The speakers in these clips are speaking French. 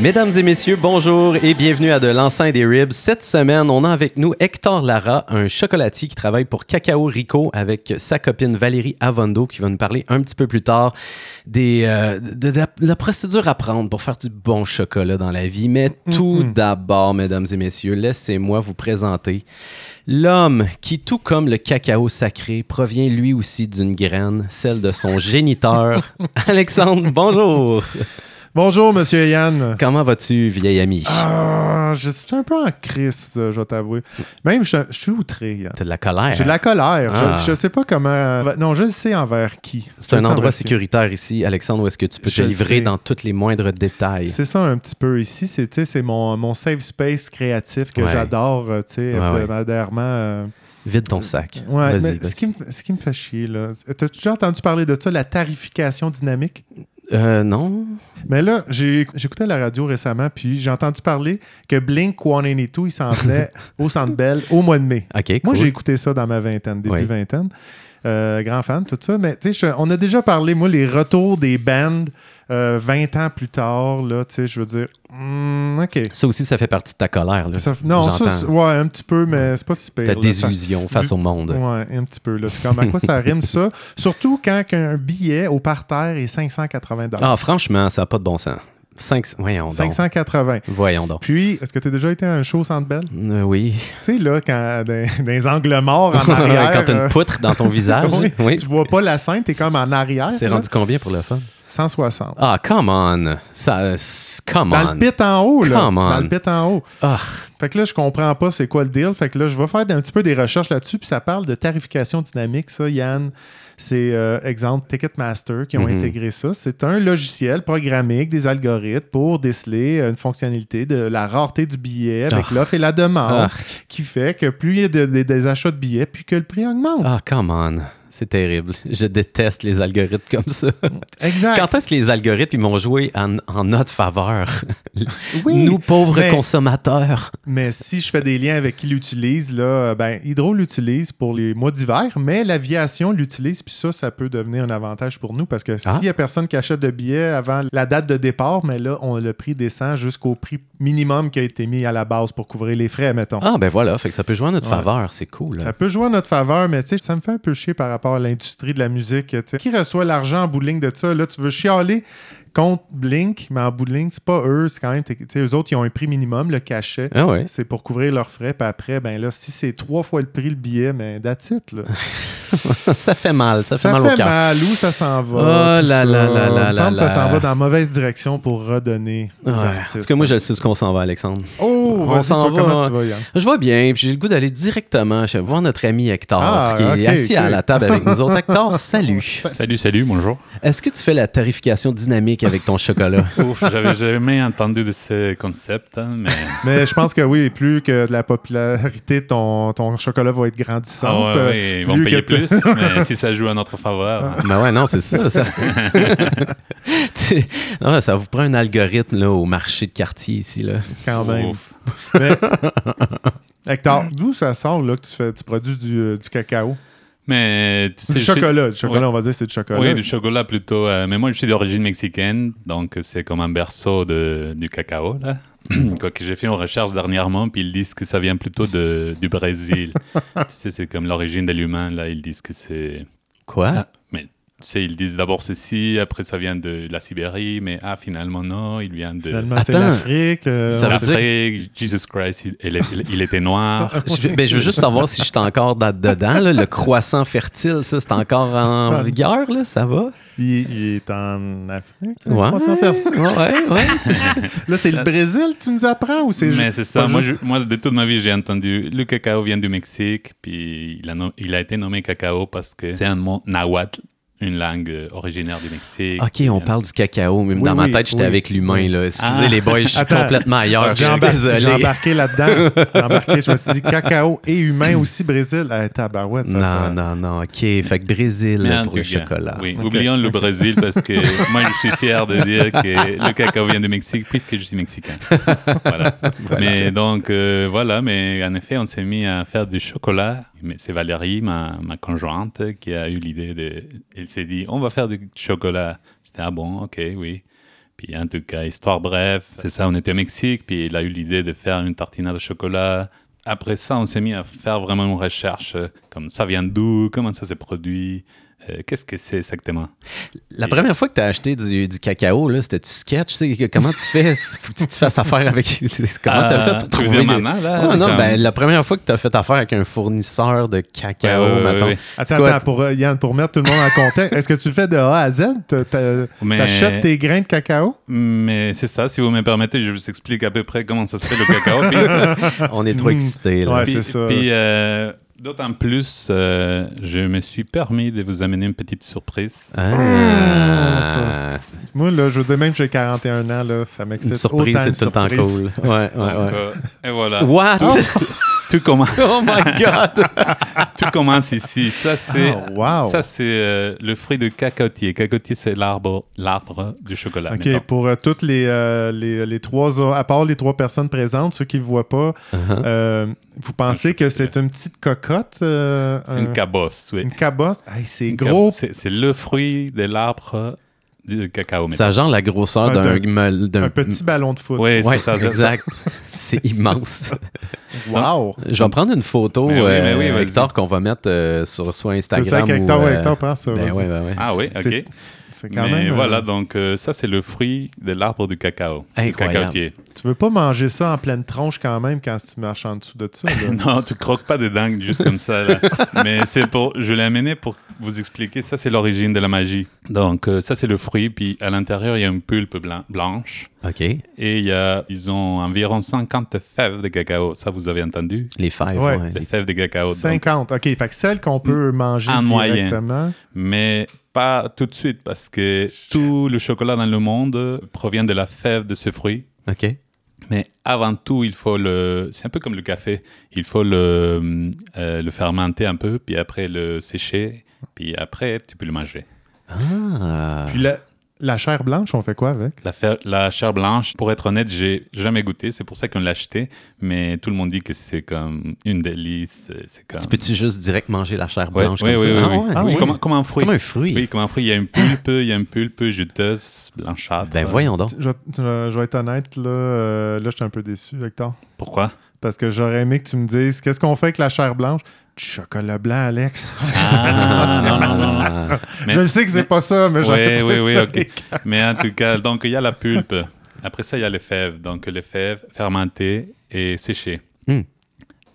Mesdames et messieurs, bonjour et bienvenue à De l'enceinte des ribs. Cette semaine, on a avec nous Hector Lara, un chocolatier qui travaille pour Cacao Rico avec sa copine Valérie Avondo qui va nous parler un petit peu plus tard des, euh, de, de la, de la procédure à prendre pour faire du bon chocolat dans la vie. Mais tout d'abord, mesdames et messieurs, laissez-moi vous présenter L'homme qui, tout comme le cacao sacré, provient lui aussi d'une graine, celle de son géniteur. Alexandre, bonjour. Bonjour, monsieur Yann. Comment vas-tu, vieil ami? Ah, je suis un peu en crise, euh, je vais t'avouer. Même, je, je suis outré, Yann. T'as de la colère. J'ai de la colère. Ah. Je, je sais pas comment. euh, Non, je le sais envers qui. C'est Je un le sais endroit envers qui. sécuritaire ici, Alexandre, où est-ce que tu peux te Je le livrer sais. dans tous les moindres détails. C'est ça un petit peu ici. C'est tu sais, c'est mon, mon safe space créatif que Ouais. j'adore euh, tu sais, Ouais, ouais. hebdomadairement. euh. Vide ton sac. Ouais, Vas-y, mais vas-y. ce, qui me, ce qui me fait chier, là. T'as-tu déjà entendu parler de ça, la tarification dynamique? Euh, non? Mais là, j'ai- j'écoutais la radio récemment, puis j'ai entendu parler que Blink 182, il s'en venait au Centre Bell au mois de mai. OK, cool. Moi, j'ai écouté ça dans ma vingtaine, début Oui. vingtaine. Euh, grand fan, tout ça. Mais tu sais, je- on a déjà parlé, moi, les retours des bands euh, 20 ans plus tard, là, tu sais, je veux dire, hmm, OK. Ça aussi, ça fait partie de ta colère. Là. Ça- non, ça, J'entends. c'est- ouais, un petit peu, mais c'est pas si pire. Ta là, ça- désillusion face Du- au monde. Ouais, un petit peu. là. C'est comme à quoi ça rime, ça? Surtout quand un billet au parterre est 580 Ah, franchement, ça n'a pas de bon sens. Cinq... Voyons Ah, donc. 580 Voyons donc. Puis, est-ce que tu as déjà été à un show Centre Bell? Euh, oui. Tu sais, là, quand, dans, dans les angles morts en arrière... Quand t'as euh, une poutre dans ton visage. oui, oui. Tu vois pas la scène, t'es comme en arrière. C'est là. rendu combien pour le fun? 160. Ah, come on! Ça, euh, come Dans on! le pit en haut, là. Come on. Dans le pit en haut. Ah, Fait que là, je comprends pas c'est quoi le deal. Fait que là, je vais faire un petit peu des recherches là-dessus. Puis ça parle de tarification dynamique, ça, Yann. C'est, euh, exemple, Ticketmaster qui ont Mhm. intégré ça. C'est un logiciel programmé avec des algorithmes pour déceler euh, une fonctionnalité de la rareté du billet avec Ah. l'offre et la ah, demande qui fait que plus il y a de- de- des achats de billets, plus que le prix augmente. ah, come on! C'est terrible. Je déteste les algorithmes comme ça. Exact. Quand est-ce que les algorithmes ils vont jouer en, en notre faveur? Oui. Nous, pauvres mais- consommateurs. Mais si je fais des liens avec qui l'utilise, là, euh, ben, Hydro l'utilise pour les mois d'hiver, mais l'aviation l'utilise, puis ça, ça peut devenir un avantage pour nous parce que Ah. s'il n'y a personne qui achète de billets avant la date de départ, mais là, on, le prix descend jusqu'au prix minimum qui a été mis à la base pour couvrir les frais, mettons. Ah, ben voilà, fait que ça peut jouer en notre Ouais. faveur. C'est cool. Ça peut jouer en notre faveur, mais tu sais, ça me fait un peu chier par rapport à l'industrie de la musique. tu sais. Qui reçoit l'argent en bout de ligne de ça? Là, tu veux chialer contre Blink, mais en bout de ligne, c'est pas eux, c'est quand même. tu sais, Eux autres, ils ont un prix minimum, le cachet. Ah ouais. C'est pour couvrir leurs frais. Puis après, ben là, si c'est trois fois le prix le billet, ben that's it. Là. ça fait mal, ça fait Ça mal au fait cœur. mal. Où ça s'en va? Oh tout là là ça. là Il me là semble là que ça s'en là. va dans la mauvaise direction pour redonner aux Ouais. artistes. En tout cas, moi, je sais ce qu'on s'en va, Alexandre. Oh, on vas-y, s'en toi, va, hein. comment ouais. tu vas, Yann? Je vois bien, puis j'ai le goût d'aller directement chez- voir notre ami Hector, Ah, qui est ok, assis à ok. la table avec nous autres. Hector, salut. Salut, salut, bonjour. Est-ce que tu fais la tarification dynamique avec ton chocolat? Ouf, j'avais jamais entendu de ce concept, hein, mais Mais je pense que oui, plus que de la popularité, de ton, ton chocolat va être grandissante. Ah ouais, ouais, Ah. ils vont plus payer que- plus, mais si ça joue à notre faveur. ben ouais, non, c'est ça. Ça, Tu- non, ça vous prend un algorithme là, au marché de quartier ici. Là. Quand même. Ouf. Mais, Hector, d'où ça sort là, que tu, fais, tu produis du, euh, du cacao? Mais tu sais, Du je suis- chocolat. Du chocolat, Ouais. on va dire c'est du chocolat. Oui, du chocolat plutôt. euh, mais moi, je suis d'origine mexicaine, donc c'est comme un berceau de, du cacao, là. Quoi que j'ai fait une recherche dernièrement, puis ils disent que ça vient plutôt de, du Brésil. tu sais, c'est comme l'origine de l'humain, là, ils disent que c'est... Quoi? Ah, mais tu sais, ils disent d'abord ceci, après ça vient de la Sibérie, mais ah, finalement, non, il vient de... Finalement, c'est Attends. l'Afrique. euh, Ça on veut sait- dire- Après, Jesus Christ, il, il était- il était Ah, noir. Je, ben, je veux juste savoir si je suis encore dans- dedans. là. Le croissant fertile, ça, c'est encore Ah. en rigueur, là, ça va? Il, il est en Afrique. le Ouais. croissant ferme. Ouais, ouais. Là, c'est le Brésil, tu nous apprends ou c'est Mais ju- c'est ça. pas Moi, juste- je- moi, de toute ma vie, j'ai entendu le cacao vient du Mexique, puis il a, nom- il a été nommé cacao parce que c'est un mot nahuatl une langue euh, originaire du Mexique. Ok, on parle du cacao, mais Oui, dans ma oui, tête, j'étais oui. avec l'humain. là. Excusez Ah. les boys, je suis Attends. complètement ailleurs. Je J'ai suis embar- j'ai désolé. embarqué là-dedans. J'ai embarqué, je me suis dit cacao et humain aussi, Brésil. Eh, tabarouette, ça, Non, ça- non, non. OK. Fait que Brésil hein, Bien, pour le Guga. chocolat. Oui, Ok. oublions le Brésil parce que moi je suis fier de dire que le cacao vient du Mexique puisque je suis mexicain. voilà. Mais donc euh, voilà, mais en effet on s'est mis à faire du chocolat. Mais c'est Valérie, ma, ma conjointe, qui a eu l'idée de. Elle s'est dit on va faire du chocolat. J'étais ah bon, ok, oui. Puis en tout cas, histoire brève, c'est ça, on était au Mexique, puis il a eu l'idée de faire une tartinade au chocolat. Après ça, on s'est mis à faire vraiment une recherche, euh, comme ça vient d'où, comment ça s'est produit, euh, qu'est-ce que c'est exactement. La première fois que tu as acheté du, du cacao, là, c'était du sketch. tu sais, que- Comment tu fais Faut que tu te fasses affaire avec. Comment tu as fait pour Ah, tu veux trouver. dire des- maintenant, là, Non, non, comme- ben, la première fois que tu as fait affaire avec un fournisseur de cacao, Ouais, ouais, ouais, mettons. ouais. C'est Attends, quoi, attends, pour, euh, Yann, pour mettre tout le monde en contexte, est-ce que tu le fais de A à Z? T'as- t'as- Mais- T'achètes tes grains de cacao? Mais c'est ça, si vous me permettez, je vous explique à peu près comment ça se fait le cacao. puis- On est trop Hmm. excités. Là. Ouais, Puis- c'est ça. Puis, euh, d'autant plus, euh, je me suis permis de vous amener une petite surprise. Hmm. Ah. Moi, là, je veux dire, même j'ai 41 ans, là, ça Une m'excite surprise, autant c'est une tout le temps surprise. cool. Ouais, ouais, ouais. Euh, et voilà. What? Oh. Tout commence. oh my God! Tout commence ici. Ça, c'est Ah, wow. ça, c'est euh, le fruit de cacotier. Cacotier, c'est l'arbre l'arbre du chocolat. OK, mettons. pour euh, toutes les, euh, les, les trois, o- à part les trois personnes présentes, ceux qui ne le voient pas, Uh-huh. euh, vous pensez que c'est une petite cocotte? euh, C'est un- une cabosse. oui. une cabosse? Hey, c'est Une gros. cabo- C'est c'est le fruit de l'arbre du cacao. Ça a genre la grosseur Ouais, d'un d'un- gmel- d'un- Un petit ballon de foot. Oui, Ouais, c'est ça. c'est ça. exact. C'est immense. Wow! Je vais prendre une photo, Mais Ben oui, euh, mais oui, vas-y. Hector, qu'on va mettre euh, sur soit Tu veux dire Instagram avec ou... Hector, euh, Hector, prends ça. ben vas-y. ouais, ouais, ouais. Ah oui, ok. C'est- C'est quand Mais même... euh, voilà, donc euh, ça, c'est le fruit de l'arbre du cacao. du Incroyable. cacaotier. Tu veux pas manger ça en pleine tronche quand même quand tu marches en dessous de ça. là. Non, tu croques pas de dingue juste comme ça. là. Mais c'est pour, je l'ai amené pour vous expliquer. Ça, c'est l'origine de la magie. Donc, euh, ça, c'est le fruit. Puis à l'intérieur, il y a une pulpe blan- blanche. OK, Et il y a, ils ont environ 50 fèves de cacao. Ça, vous avez entendu les fèves, Ouais. ouais, Les les- fèves de cacao. Donc, Mm. 50. OK, fait que celle qu'on peut manger En moyenne. directement. mais pas tout de suite parce que tout le chocolat dans le monde provient de la fève de ce fruit. OK. Mais avant tout, il faut le. C'est un peu comme le café. Il faut le, euh, le fermenter un peu, puis après le sécher, puis après tu peux le manger. Ah. Puis la, la chair blanche, on fait quoi avec? La, fer- la chair blanche, pour être honnête, j'ai jamais goûté. C'est pour ça qu'on l'a acheté. Mais tout le monde dit que c'est comme une délice. c'est- C'est comme. Tu peux-tu juste direct manger la chair Ouais, blanche oui, comme oui, ça? oui, oui. Ah ouais, Ah ok. oui. Comme, un- comme un C'est fruit. comme un fruit. Oui, comme un fruit. Il y a une pulpe, il y a une pulpe juteuse, blanchâtre. Ben voyons donc. Je, je- je vais être honnête, là, euh, là je suis un peu déçu, Hector. Pourquoi Parce que j'aurais aimé que tu me dises qu'est-ce qu'on fait avec la chair blanche? Du chocolat blanc, Alex. Ah, non, non, non, non. Ah. Mais- je sais que c'est pas ça, mais j'aurais Oui, oui, trouvé oui, ça ok. Mais en tout cas, donc il y a la pulpe. Après ça, il y a les fèves. Donc les fèves fermentées et séchées. Hmm.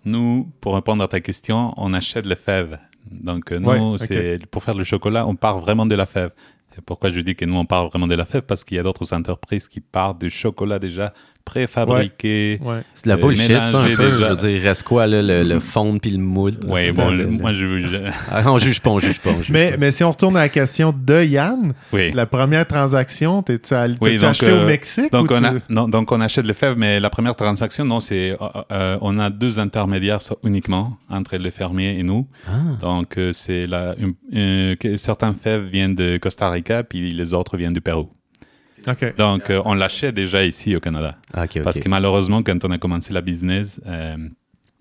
Nous, pour répondre à ta question, on achète les fèves. Donc euh, nous, Ouais, ok. c'est- pour faire le chocolat, on part vraiment de la fève. Et pourquoi je dis que nous, on part vraiment de la fève Parce qu'il y a d'autres entreprises qui partent du chocolat déjà préfabriqué. Ouais. C'est de la Euh, bullshit, ça, un mélanger peu. déjà. Je veux dire, il reste quoi, là, le, le fond puis le moule? Oui, bon, le- moi, je veux... je- Ah, on juge pas, on juge pas, on juge Mais, pas. mais si on retourne à la question de Yann, Oui. la première transaction, t'es-tu allé- Oui, t'es-tu donc, acheté euh, au Mexique? Donc, ou on, tu- a- non, donc on achète les fèves, mais la première transaction, non, c'est euh, euh, on a deux intermédiaires so- uniquement entre le fermier et nous. Ah. Donc euh, c'est la une- euh, que- certains fèves viennent de Costa Rica, puis les autres viennent du Pérou. OK. Donc euh, on l'achète déjà ici au Canada, Ah, OK, OK. parce que malheureusement quand on a commencé la business, euh,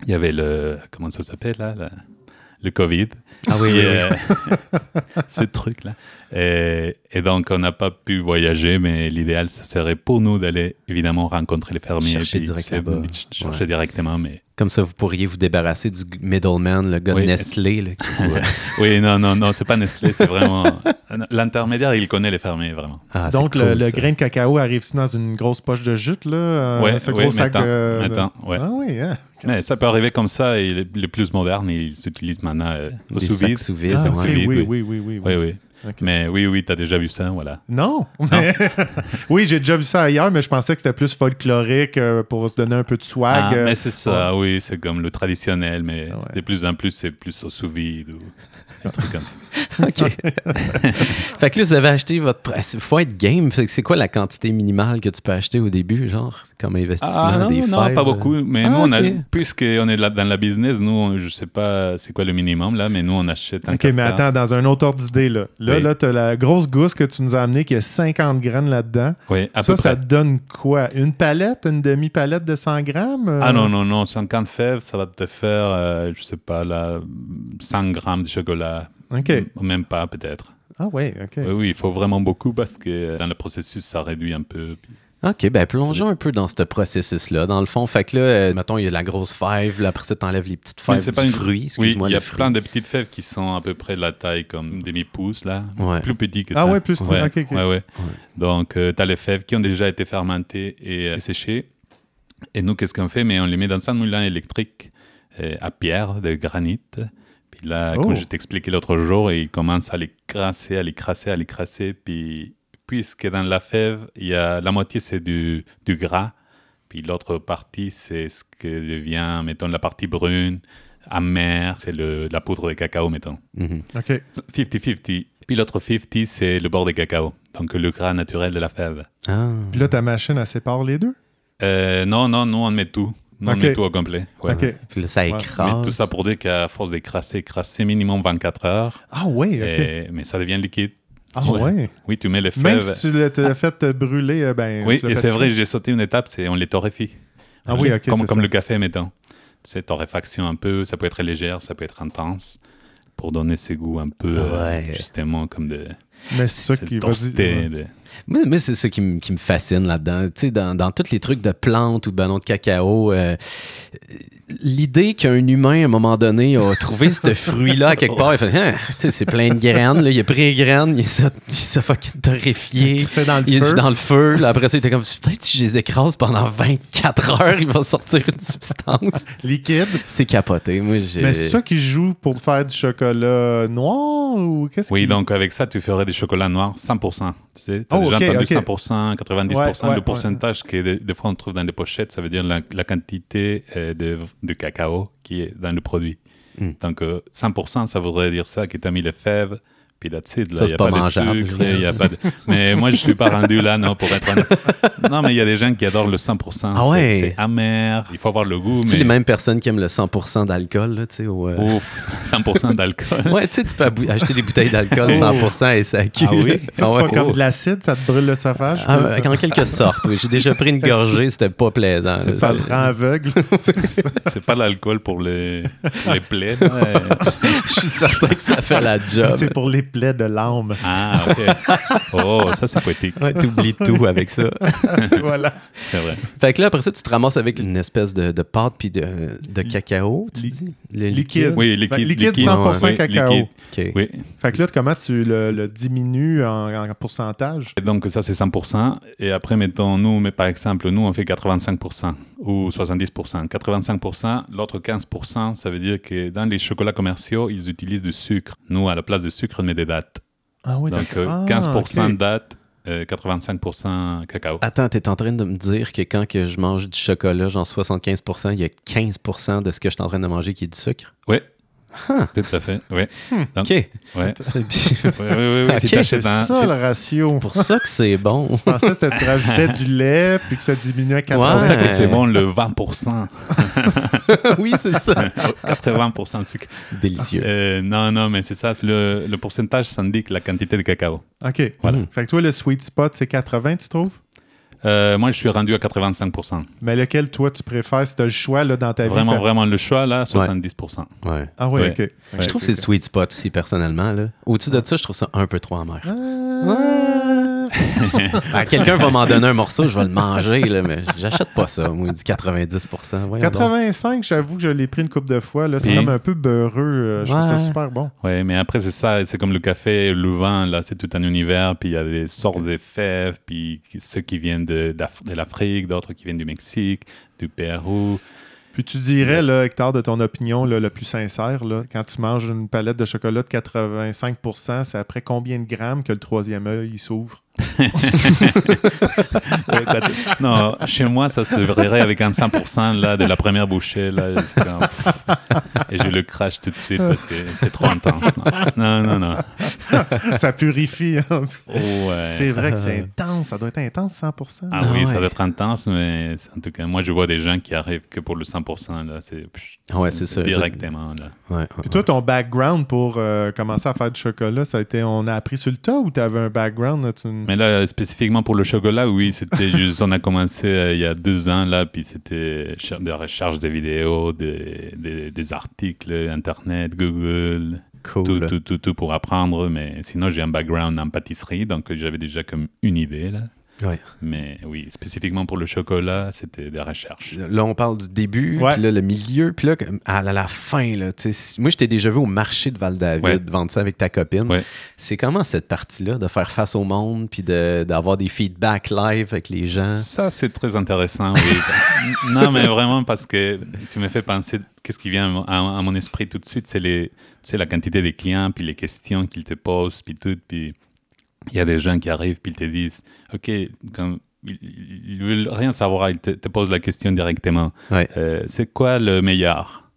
il y avait le comment ça s'appelle là, la- le Covid. Ah oui, Et, oui, oui. euh, ce truc-là. Et, et donc, on n'a pas pu voyager, mais l'idéal, ça serait pour nous d'aller évidemment rencontrer les fermiers. Chercher puis, direct c'est- là-bas. ch- Chercher Ouais. directement, mais. Comme ça, vous pourriez vous débarrasser du middleman, le gars de Oui. Nestlé. là, qui vous- Oui, non, non, non, c'est pas Nestlé, c'est vraiment. L'intermédiaire, il connaît les fermiers, vraiment. Ah, c'est Donc, le, cool, le ça. grain de cacao arrive-tu dans une grosse poche de jute, là? euh, Ouais, ce ouais, gros sac maintenant, de- de- maintenant, ouais. Ah oui, hein? Mais ça peut arriver comme ça, et les, les plus modernes, ils s'utilisent maintenant euh, au Des sous-vide. sacs sous-vide, Des Ah, sacs ok, ouais. sous-vide, oui, oui, oui. oui, oui, oui. Oui, oui. Ok. Mais oui, oui, t'as déjà vu ça, voilà. Non. mais- oui, j'ai déjà vu ça ailleurs, mais je pensais que c'était plus folklorique euh, pour se donner un peu de swag. Ah, euh, mais c'est ça, oui, c'est comme le traditionnel, mais Ah ouais. de plus en plus, c'est plus au sous-vide. ou- un truc comme ça. OK. fait que là, vous avez acheté votre. Il faut être game. Fait que C'est quoi la quantité minimale que tu peux acheter au début, genre, comme investissement Ah non, des non, fêtes, pas euh? beaucoup. Mais Ah, nous, on a, ok. puisqu'on est là- dans la business, nous, on- je sais pas c'est quoi le minimum là, mais nous, on achète un OK, mais attends, dans un autre ordre d'idée, là. Là, Oui. là tu as la grosse gousse que tu nous as amenée qui a 50 grammes là-dedans. Oui, à Ça, peu ça près. te donne quoi? Une palette? Une demi-palette de 100 grammes? euh? Ah non, non, non, 50 fèves, ça va te faire, euh, je sais pas, là, 100 grammes de chocolat. OK. M- Même pas, peut-être. Ah ouais, OK. Mm. Oui, oui, il faut vraiment beaucoup parce que euh, dans le processus, ça réduit un peu. Puis- OK, ben plongeons un peu dans ce processus-là, dans le fond. Fait que là, euh, mettons, il y a la grosse fève, là, après ça, t'enlèves les petites Mais fèves du fruit, Oui, excuse-moi, il y a le fruit. plein de petites fèves qui sont à peu près de la taille comme demi-pouce, là. Ouais. Plus petit que Ah ça. ouais, plus- ouais, ok, ok. ouais, ouais. Donc, tu as les fèves qui ont déjà été fermentées et euh, séchées. Et nous, qu'est-ce qu'on fait Mais on les met dans un moulin électrique euh, à pierre, de granit. Puis là, Oh. comme je t'expliquais l'autre jour, ils commencent à les crasser, à les crasser, à les crasser. Puis, puisque dans la fève, il y a, la moitié, c'est du, du gras. Puis l'autre partie, c'est ce que devient, mettons, la partie brune, amère, c'est le- la poudre de cacao, mettons. Mhm. OK. 50-50. Puis l'autre 50, c'est le bord de cacao, donc le gras naturel de la fève. Ah. Puis là, ta machine, elle sépare les deux? Euh, non, non, nous, on met tout. Nous, Ok. on met tout au complet. ouais. OK. Puis là, ça Ouais, mais écrase. Mais tout ça pour dire qu'à force d'écraser, écraser minimum 24 heures, Ah ouais, OK. et- mais ça devient liquide. Ah ouais. Oui, tu mets les fèves. Même si tu l'as t'as fait te brûler, euh, ben... Ah. oui, tu l'as et fait c'est vrai, j'ai sauté une étape, c'est on les torréfie. Ah oui, ok, Comme, c'est comme ça. le café, mettons. C'est torréfaction un peu, ça peut être légère, ça peut être intense, pour donner ce goût un peu, euh, Ouais. justement, comme de... Mais c'est ça cette qui... densité Vas-y. de- Moi, moi, c'est ça qui me, qui me fascine là-dedans. Tu sais, dans, dans tous les trucs de plantes ou de ballons de cacao, euh, euh, l'idée qu'un humain, à un moment donné, a trouvé ce fruit-là à quelque part, il fait Hein, tu sais, c'est plein de graines, là. il a pris les graines, il les a, il les a fucking torréfiées. C'est dans le Il est feu. dans le feu, là, après ça, il était comme peut-être si je les écrase pendant 24 heures, il va sortir une substance. Liquide. C'est capoté. Moi, j'ai. Mais c'est ça qui joue pour faire du chocolat noir ou qu'est-ce Oui, qui- donc avec ça, tu ferais des chocolats noirs 100%. Tu sais, t'as Oh, déjà ok, entendu ok. 100%, 90%, Ouais, ouais, le pourcentage que des, des fois on trouve dans les pochettes, ça veut dire la, la quantité euh, de, de cacao qui est dans le produit. Mm. Donc euh, 100%, ça voudrait dire ça, que tu as mis les fèves, puis d'acide, Ça, c'est là, il n'y a pas pas, de mangeable, sucre, je veux dire. y a pas de... Mais moi, je suis pas rendu là, non, pour être honnête. Non, mais il y a des gens qui adorent le 100%, Ah c'est- ouais. c'est amer, il faut avoir le goût, C'est-tu mais... les mêmes personnes qui aiment le 100% d'alcool, là, tu sais, au, euh, Ouf, 100% Oh. d'alcool. Ouais, tu sais, tu peux abou- acheter des bouteilles d'alcool 100% et ça Ah oui? Ça, c'est pas comme de l'acide, ça te brûle le sauvage. puis là, Ah, en quelque sorte, oui. J'ai déjà pris une gorgée, c'était pas plaisant. là. ça, ça te C'est- rend aveugle. C'est ça. C'est pas l'alcool pour les, les plaies. là. Je suis certain que ça fait la job. c'est pour les plaies de l'âme. Ah, ok. Oh, ça, c'est poétique. Ouais, t'oublies tout avec ça. voilà. C'est vrai. Fait que là, après ça, tu te ramasses avec une espèce de, de pâte puis de, de cacao, tu Li- dis? Le liquide. Oui, Ben, liquide. liquide liquide. 100% Oui, cacao. liquide. OK. Oui. Fait que là, comment tu le, le diminues en, en pourcentage? Et donc, ça, c'est 100%. Et après, mettons, nous, mais par exemple, nous, on fait 85% ou 70%. 85%, l'autre 15%, ça veut dire que dans les chocolats commerciaux, ils utilisent du sucre. Nous, à la place de sucre, on met des dates. Ah oui, Donc, euh, d'accord. Ah, 15% ok. dates, euh, 85% cacao. Attends, t'es en train de me dire que quand que je mange du chocolat, genre 75%, il y a 15% de ce que je suis en train de manger qui est du sucre? Oui. Tout à fait. Oui. OK. Ouais. C'est Oui, oui, oui. oui. Si Ok, t'achètes C'est un- Ah, ça le ratio. pour ça que c'est bon. Je pensais que tu rajoutais du lait puis que ça diminuait à 15%. Ah, Ouais. C'est pour ça que c'est bon le 20%, oui, c'est ça. 80% de sucre. Délicieux. Euh, non, non, mais c'est ça, c'est le, le pourcentage, ça indique la quantité de cacao. OK. Mm. Voilà. Fait que toi, le sweet spot, c'est 80, tu trouves? Euh, moi, je suis rendu à 85%. Mais lequel, toi, tu préfères si tu as le choix là, dans ta Vraiment, vie? vraiment, le choix, là, 70%. Ouais. Ah oui, Ouais. OK. Je trouve que c'est le sweet spot aussi, personnellement. là. Au-dessus de ça, je trouve ça un peu trop amer. Ah. Ah, Quelqu'un va m'en donner un morceau, je vais le manger, là, mais j'achète pas ça, moi, du 90 voyons donc. 85, j'avoue que je l'ai pris une couple de fois. là. C'est Puis- comme un peu beurreux. euh, Je trouve ça Ouais. super bon. Ouais, mais après, c'est ça, c'est comme le café, le vin, là, c'est tout un univers, puis il y a des sortes de fèves, puis qui- ceux qui viennent de, d'Af- de l'Afrique, d'autres qui viennent du Mexique, du Pérou. Puis tu dirais, là, Hector, de ton opinion là, le plus sincère, là, quand tu manges une palette de chocolat de 85 c'est après combien de grammes que le troisième œil il s'ouvre? Ouais, t'as- non, chez moi, ça se verrait avec un 5% là, de la première bouchée. Là, c'est comme, pff. et je le crache tout de suite parce que c'est trop intense. Non, non, non. non. ça purifie. hein, en tout cas. Ouais. C'est vrai que c'est intense. Ça doit être intense, 100%. Ah Ah oui, ouais. ça doit être intense, mais en tout cas, moi, je vois des gens qui arrivent que pour le 100%. Là, c'est, pff, Ah ouais, c'est ça. Directement. Là. Ouais, ouais, Puis toi, ton background pour euh, commencer à faire du chocolat, ça a été, on a appris sur le tas ou tu avais un background? là, tu- Mais là, spécifiquement pour le chocolat, oui, c'était juste, on a commencé euh, il y a deux ans, là, puis c'était cher- de recherche des vidéos, des, des, des articles, Internet, Google, cool. tout, tout, tout, tout pour apprendre. Mais sinon, j'ai un background en pâtisserie, donc euh, j'avais déjà comme une idée, là. Ouais. Mais oui, spécifiquement pour le chocolat, c'était des recherches. Là, on parle du début, Ouais. puis là, le milieu, puis là, comme- à la, la fin, là, tu sais, si- moi, je t'ai déjà vu au marché de Val-David Ouais. vendre ça avec ta copine. Ouais. C'est comment cette partie-là, de faire face au monde, puis de- d'avoir des feedbacks live avec les gens? Ça, c'est très intéressant, oui. non, mais vraiment, parce que tu me fais penser, qu'est-ce qui vient à, à mon esprit tout de suite, c'est les, tu sais, la quantité des clients, puis les questions qu'ils te posent, puis tout, puis il y a des gens qui arrivent, puis ils te disent, OK, comme, ils- ils ne veulent rien savoir, ils te, te posent la question directement. Ouais. Euh, c'est quoi le meilleur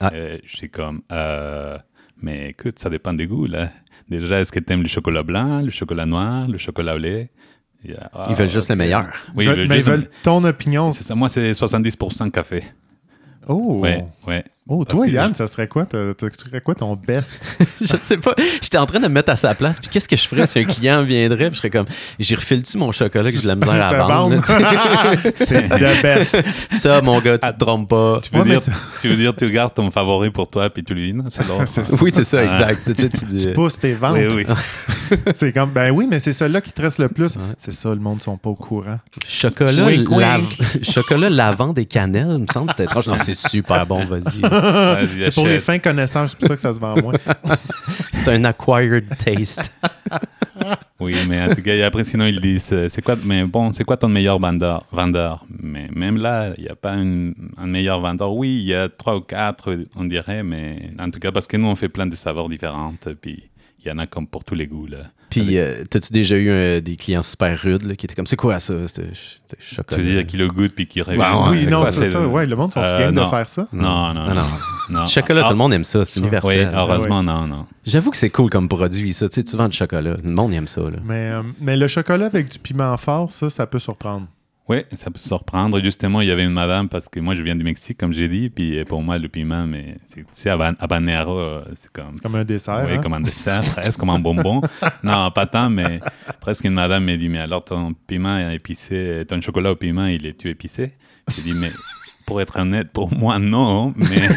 Ah. Euh, Je suis comme, Euh, mais écoute, ça dépend des goûts, là. Déjà, est-ce que tu aimes le chocolat blanc, le chocolat noir, le chocolat au lait Il y a- ah, Ils veulent juste le ok. meilleur. Ils Oui, je veulent- veux mais ils juste- veulent ton opinion. C'est ça, moi c'est 70% café. Oh, Ouais, ouais. oh Parce toi, que Yann, ça serait quoi? ta- ta- ça serait quoi ton best? je sais pas. J'étais en train de me mettre à sa place, puis qu'est-ce que je ferais si un client viendrait, puis je serais comme, j'y refile-tu mon chocolat que j'ai de la misère Te à vendre? vendre. là, tu C'est le best. sais? ça, mon gars, tu te trompes pas. Tu veux, Ouais, mais dire, ça- tu veux dire, tu gardes ton favori pour toi, puis tu lui dis non, c'est l'autre. C'est Oui, c'est ça, Ah. exact. C'est ça, tu dis- Tu pousses tes ventes. Oui, oui. C'est comme, ben oui, mais c'est celle-là qui te reste le plus. C'est ça, le monde ne sont pas au courant. Chocolat, Wink, wink. lav- chocolat lavande et cannelle, il me semble, c'était étrange. Non, c'est super bon, vas-y. Vas-y, C'est pour les achète. fins connaissances, c'est pour ça que ça se vend moins. C'est un acquired taste. Oui, mais en tout cas, et après, sinon, ils disent euh, c'est quoi, mais bon, c'est quoi ton meilleur vendeur, vendeur? Mais même là, il n'y a pas une- un meilleur vendeur. Oui, il y a trois ou quatre, on dirait, mais en tout cas, parce que nous, on fait plein de saveurs différentes, puis il y en a comme pour tous les goûts, là. Puis, euh, t'as-tu déjà eu euh, des clients super rudes là, qui étaient comme, c'est quoi ça, ce ch- ce Tu chocolat? veux dire qui le goûte, puis qui revient. Bah, ouais, oui, c'est non, quoi, c'est ça. le- Ouais, le monde sont Euh, game de non. faire ça. Non, non, Ah, non. non. non. Chocolat, Ah, tout le monde aime ça, c'est Oui, ah, universel. heureusement, Ah non, non. J'avoue que c'est cool comme produit, ça. Tu sais, tu vends du chocolat. Le monde il aime ça. Là. Mais, euh, mais le chocolat avec du piment fort, ça, ça peut surprendre. Oui, ça peut surprendre. Justement, il y avait une madame, parce que moi, je viens du Mexique, comme j'ai dit, puis euh, pour moi, le piment, mais c'est- tu sais, haban- habanero, euh, c'est comme, C'est comme un dessert. oui, hein? comme un dessert, presque comme un bonbon. non, pas tant, mais presque une madame m'a dit, mais alors ton piment est épicé, ton chocolat au piment, il est-tu épicé J'ai dit, mais pour être honnête, pour moi, non, mais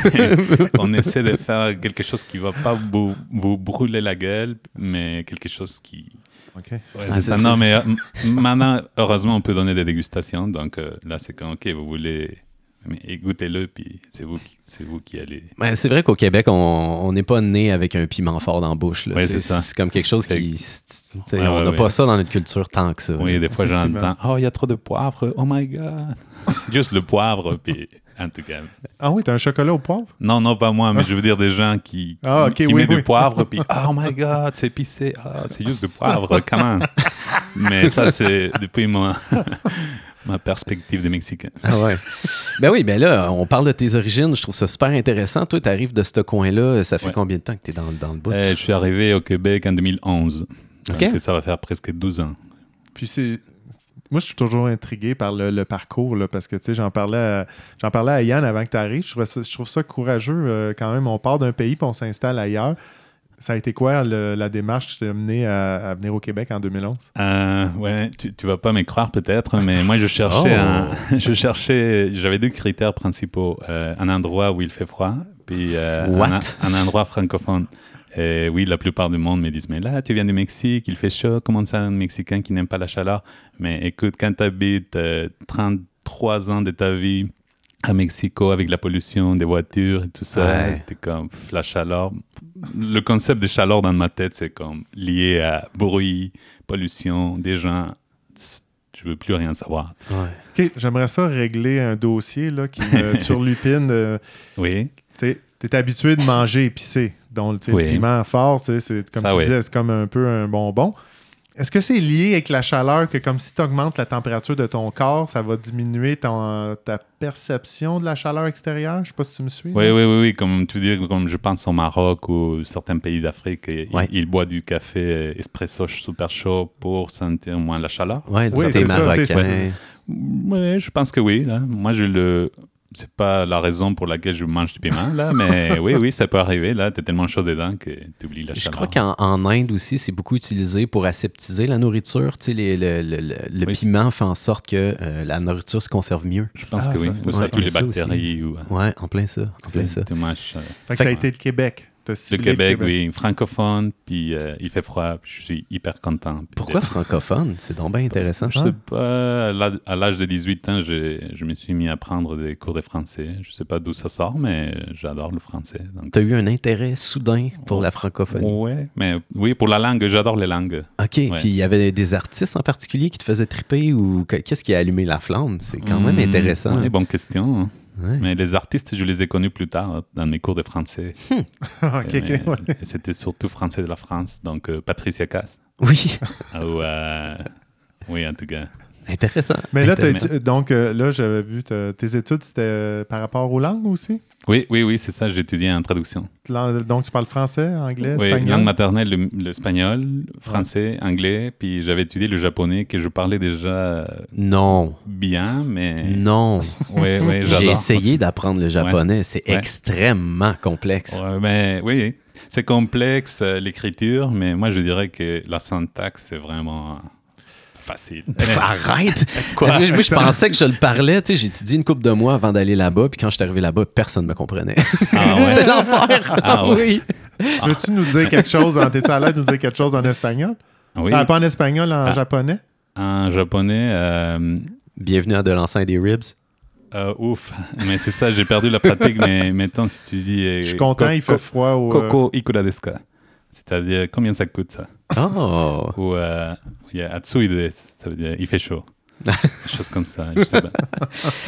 on essaie de faire quelque chose qui va pas vous, vous brûler la gueule, mais quelque chose qui, OK. Ouais, Ah, c'est c'est- ça. c'est- Non, mais euh, m- maintenant, heureusement, on peut donner des dégustations. Donc euh, là, c'est quand, OK, vous voulez, mais goûtez-le, puis c'est vous, qui- c'est vous qui allez. Ben, c'est vrai qu'au Québec, on- on n'est pas né avec un piment fort dans la bouche. là. Ouais, Tu sais, c'est ça. C'est comme quelque chose qui. tu sais, Ouais, on ouais, n'a ouais. pas ça dans notre culture tant que ça. Oui, des fois, Effectivement. j'entends, oh, il y a trop de poivre, oh my God. Juste le poivre, puis en tout cas. Ah oui, t'as un chocolat au poivre? Non, non, pas moi, mais je veux dire des gens qui, qui, Ah, OK, qui oui, mettent oui. du poivre, puis oh my God, c'est épicé, ah, c'est juste du poivre, comment Mais ça, c'est depuis moi. Ma perspective de Mexicain. Ah ouais. ben oui, ben là, on parle de tes origines. Je trouve ça super intéressant. Toi, tu arrives de ce coin-là. Ça fait Ouais. combien de temps que tu es dans, dans le bout? Euh, je suis arrivé au Québec en 2011. Ok. Donc, ça va faire presque 12 ans. Puis c'est. Moi, je suis toujours intrigué par le, le parcours, là, parce que tu sais, j'en parlais, à- j'en parlais à Yann avant que tu arrives. Je, trouvais ça- je trouve ça courageux euh, quand même. On part d'un pays puis on s'installe ailleurs. Ça a été quoi le- la démarche qui t'a mené à, à venir au Québec en 2011? Euh, ouais, tu, tu vas pas me croire peut-être, mais moi je cherchais, Oh. un- je cherchais, j'avais deux critères principaux Euh, un endroit où il fait froid, puis euh, un, What? un endroit francophone. Et oui, la plupart du monde me disent mais là tu viens du Mexique, il fait chaud, comment ça un Mexicain qui n'aime pas la chaleur Mais écoute, quand tu habites 33 ans de ta vie à Mexico avec la pollution des voitures et tout ça, Ouais. c'était comme pff, la chaleur. Le concept de chaleur dans ma tête, c'est comme lié à bruit, pollution, des gens. Tss, Je veux plus rien savoir. Ouais. OK, j'aimerais ça régler un dossier là, qui me turlupine. euh, Mm-hmm. Oui, T'es t'es habitué de manger épicé. Donc, tu sais, Oui. le piment fort, tu sais, c'est comme Ça, tu oui. disais, c'est comme un peu un bonbon. Est-ce que c'est lié avec la chaleur que comme si tu augmentes la température de ton corps, ça va diminuer ton- ta perception de la chaleur extérieure? Je sais pas si tu me suis. Oui, oui, oui, oui, comme tu dis, comme je pense au Maroc ou certains pays d'Afrique, ils, Ouais. ils boivent du café espresso super chaud pour sentir moins la chaleur. Ouais, du Oui, thé c'est ça, marocain. t'sais, c'est- Ouais, je pense que oui. Là. Moi, je le. C'est pas la raison pour laquelle je mange du piment, là, mais oui, oui, ça peut arriver. Là, t'es tellement chaud dedans que t'oublies la Je crois chaleur. qu'en en Inde aussi, c'est beaucoup utilisé pour aseptiser la nourriture. Tu sais, les- le le- le- le Oui, c'est- piment fait en sorte que euh, la nourriture se conserve mieux. Je pense Ah, que ça, oui. c'est C'est pour possible. ça, toutes les Ça aussi. bactéries ou. Ouais, en plein ça. En plein ça. tu manges, euh, Fait que ça a Fait- été le Québec. T'as le ciblé Québec, oui, francophone, puis euh, il fait froid, puis je suis hyper content. Puis, Pourquoi euh, francophone? C'est donc bien intéressant. Je sais pas, à l'âge- à l'âge de 18 ans, j'ai- je me suis mis à prendre des cours de français. Je sais pas d'où ça sort, mais euh, j'adore le français. donc- Tu as eu un intérêt soudain pour la francophonie. Ouais, mais oui, pour la langue, j'adore les langues. OK, puis il y avait des artistes en particulier qui te faisaient triper ou que- qu'est-ce qui a allumé la flamme? C'est quand même Hmm, intéressant. hein. ouais, bonne question. Ouais. hein. Mais les artistes, je les ai connus plus tard hein, dans mes cours de français. OK, Mais, OK, ouais. euh, C'était surtout français de la France, donc euh, Patricia Cass. Oui, Ah, ou, euh, oui, en tout cas. intéressant. Mais là, t'as Internet. étu- donc euh, là, j'avais vu t'as- tes études, c'était euh, par rapport aux langues aussi? Oui, oui, oui, c'est ça, j'ai étudié en traduction. Lan- Donc, tu parles français, anglais, Oui, espagnol? langue maternelle, le- l'espagnol, français, anglais, puis j'avais étudié le japonais que je parlais déjà Non, bien, mais non. ouais, ouais, Hmm. J'ai j'adore. essayé d'apprendre le japonais. C'est Ouais. extrêmement complexe. Ouais, mais oui, c'est complexe euh, l'écriture, mais moi je dirais que la syntaxe c'est vraiment facile. Pff, arrête! Euh, Quoi? Moi, je- moi, je pensais que je le parlais. Tu sais, j'ai étudié une couple de mois avant d'aller là-bas, puis quand je suis arrivé là-bas, personne ne me comprenait. Ah ouais. C'était l'enfer! Ah oui! Tu veux-tu nous dire quelque chose? En... T'es-tu à l'aise de nous dire quelque chose en espagnol? Oui, Ah, pas en espagnol, en japonais? en japonais, euh, Bienvenue à De l'enceinte des Ribs. euh, ouf, mais c'est ça, j'ai perdu la pratique, mais mettons si tu dis. euh, Je suis content, co- il fait froid. Au, co- Coco ikura desu ka? C'est-à-dire, combien ça coûte ça? Oh! Ou euh, il y a Atsui de S, ça veut dire il fait chaud. Chose comme ça, je sais pas.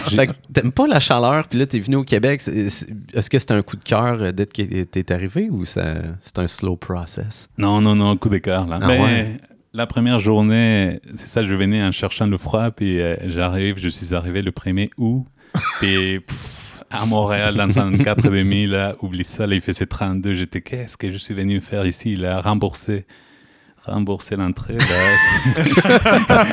J'ai- Fait que t'aimes pas la chaleur, puis là, t'es venu au Québec. C'est- c'est- Est-ce que c'était un coup de cœur euh, d'être que t'es arrivé ou ça, c'est un slow process? Non, non, non, coup d'écart là. Ah Mais ouais. la première journée, c'est ça, je venais en cherchant le froid, puis euh, j'arrive, je suis arrivé le 1er août, puis pff, à Montréal, dans un 4,5, là, oublie ça, là, il faisait 32, j'étais, qu'est-ce que je suis venu faire ici, là, rembourser. Rembourser l'entrée, là.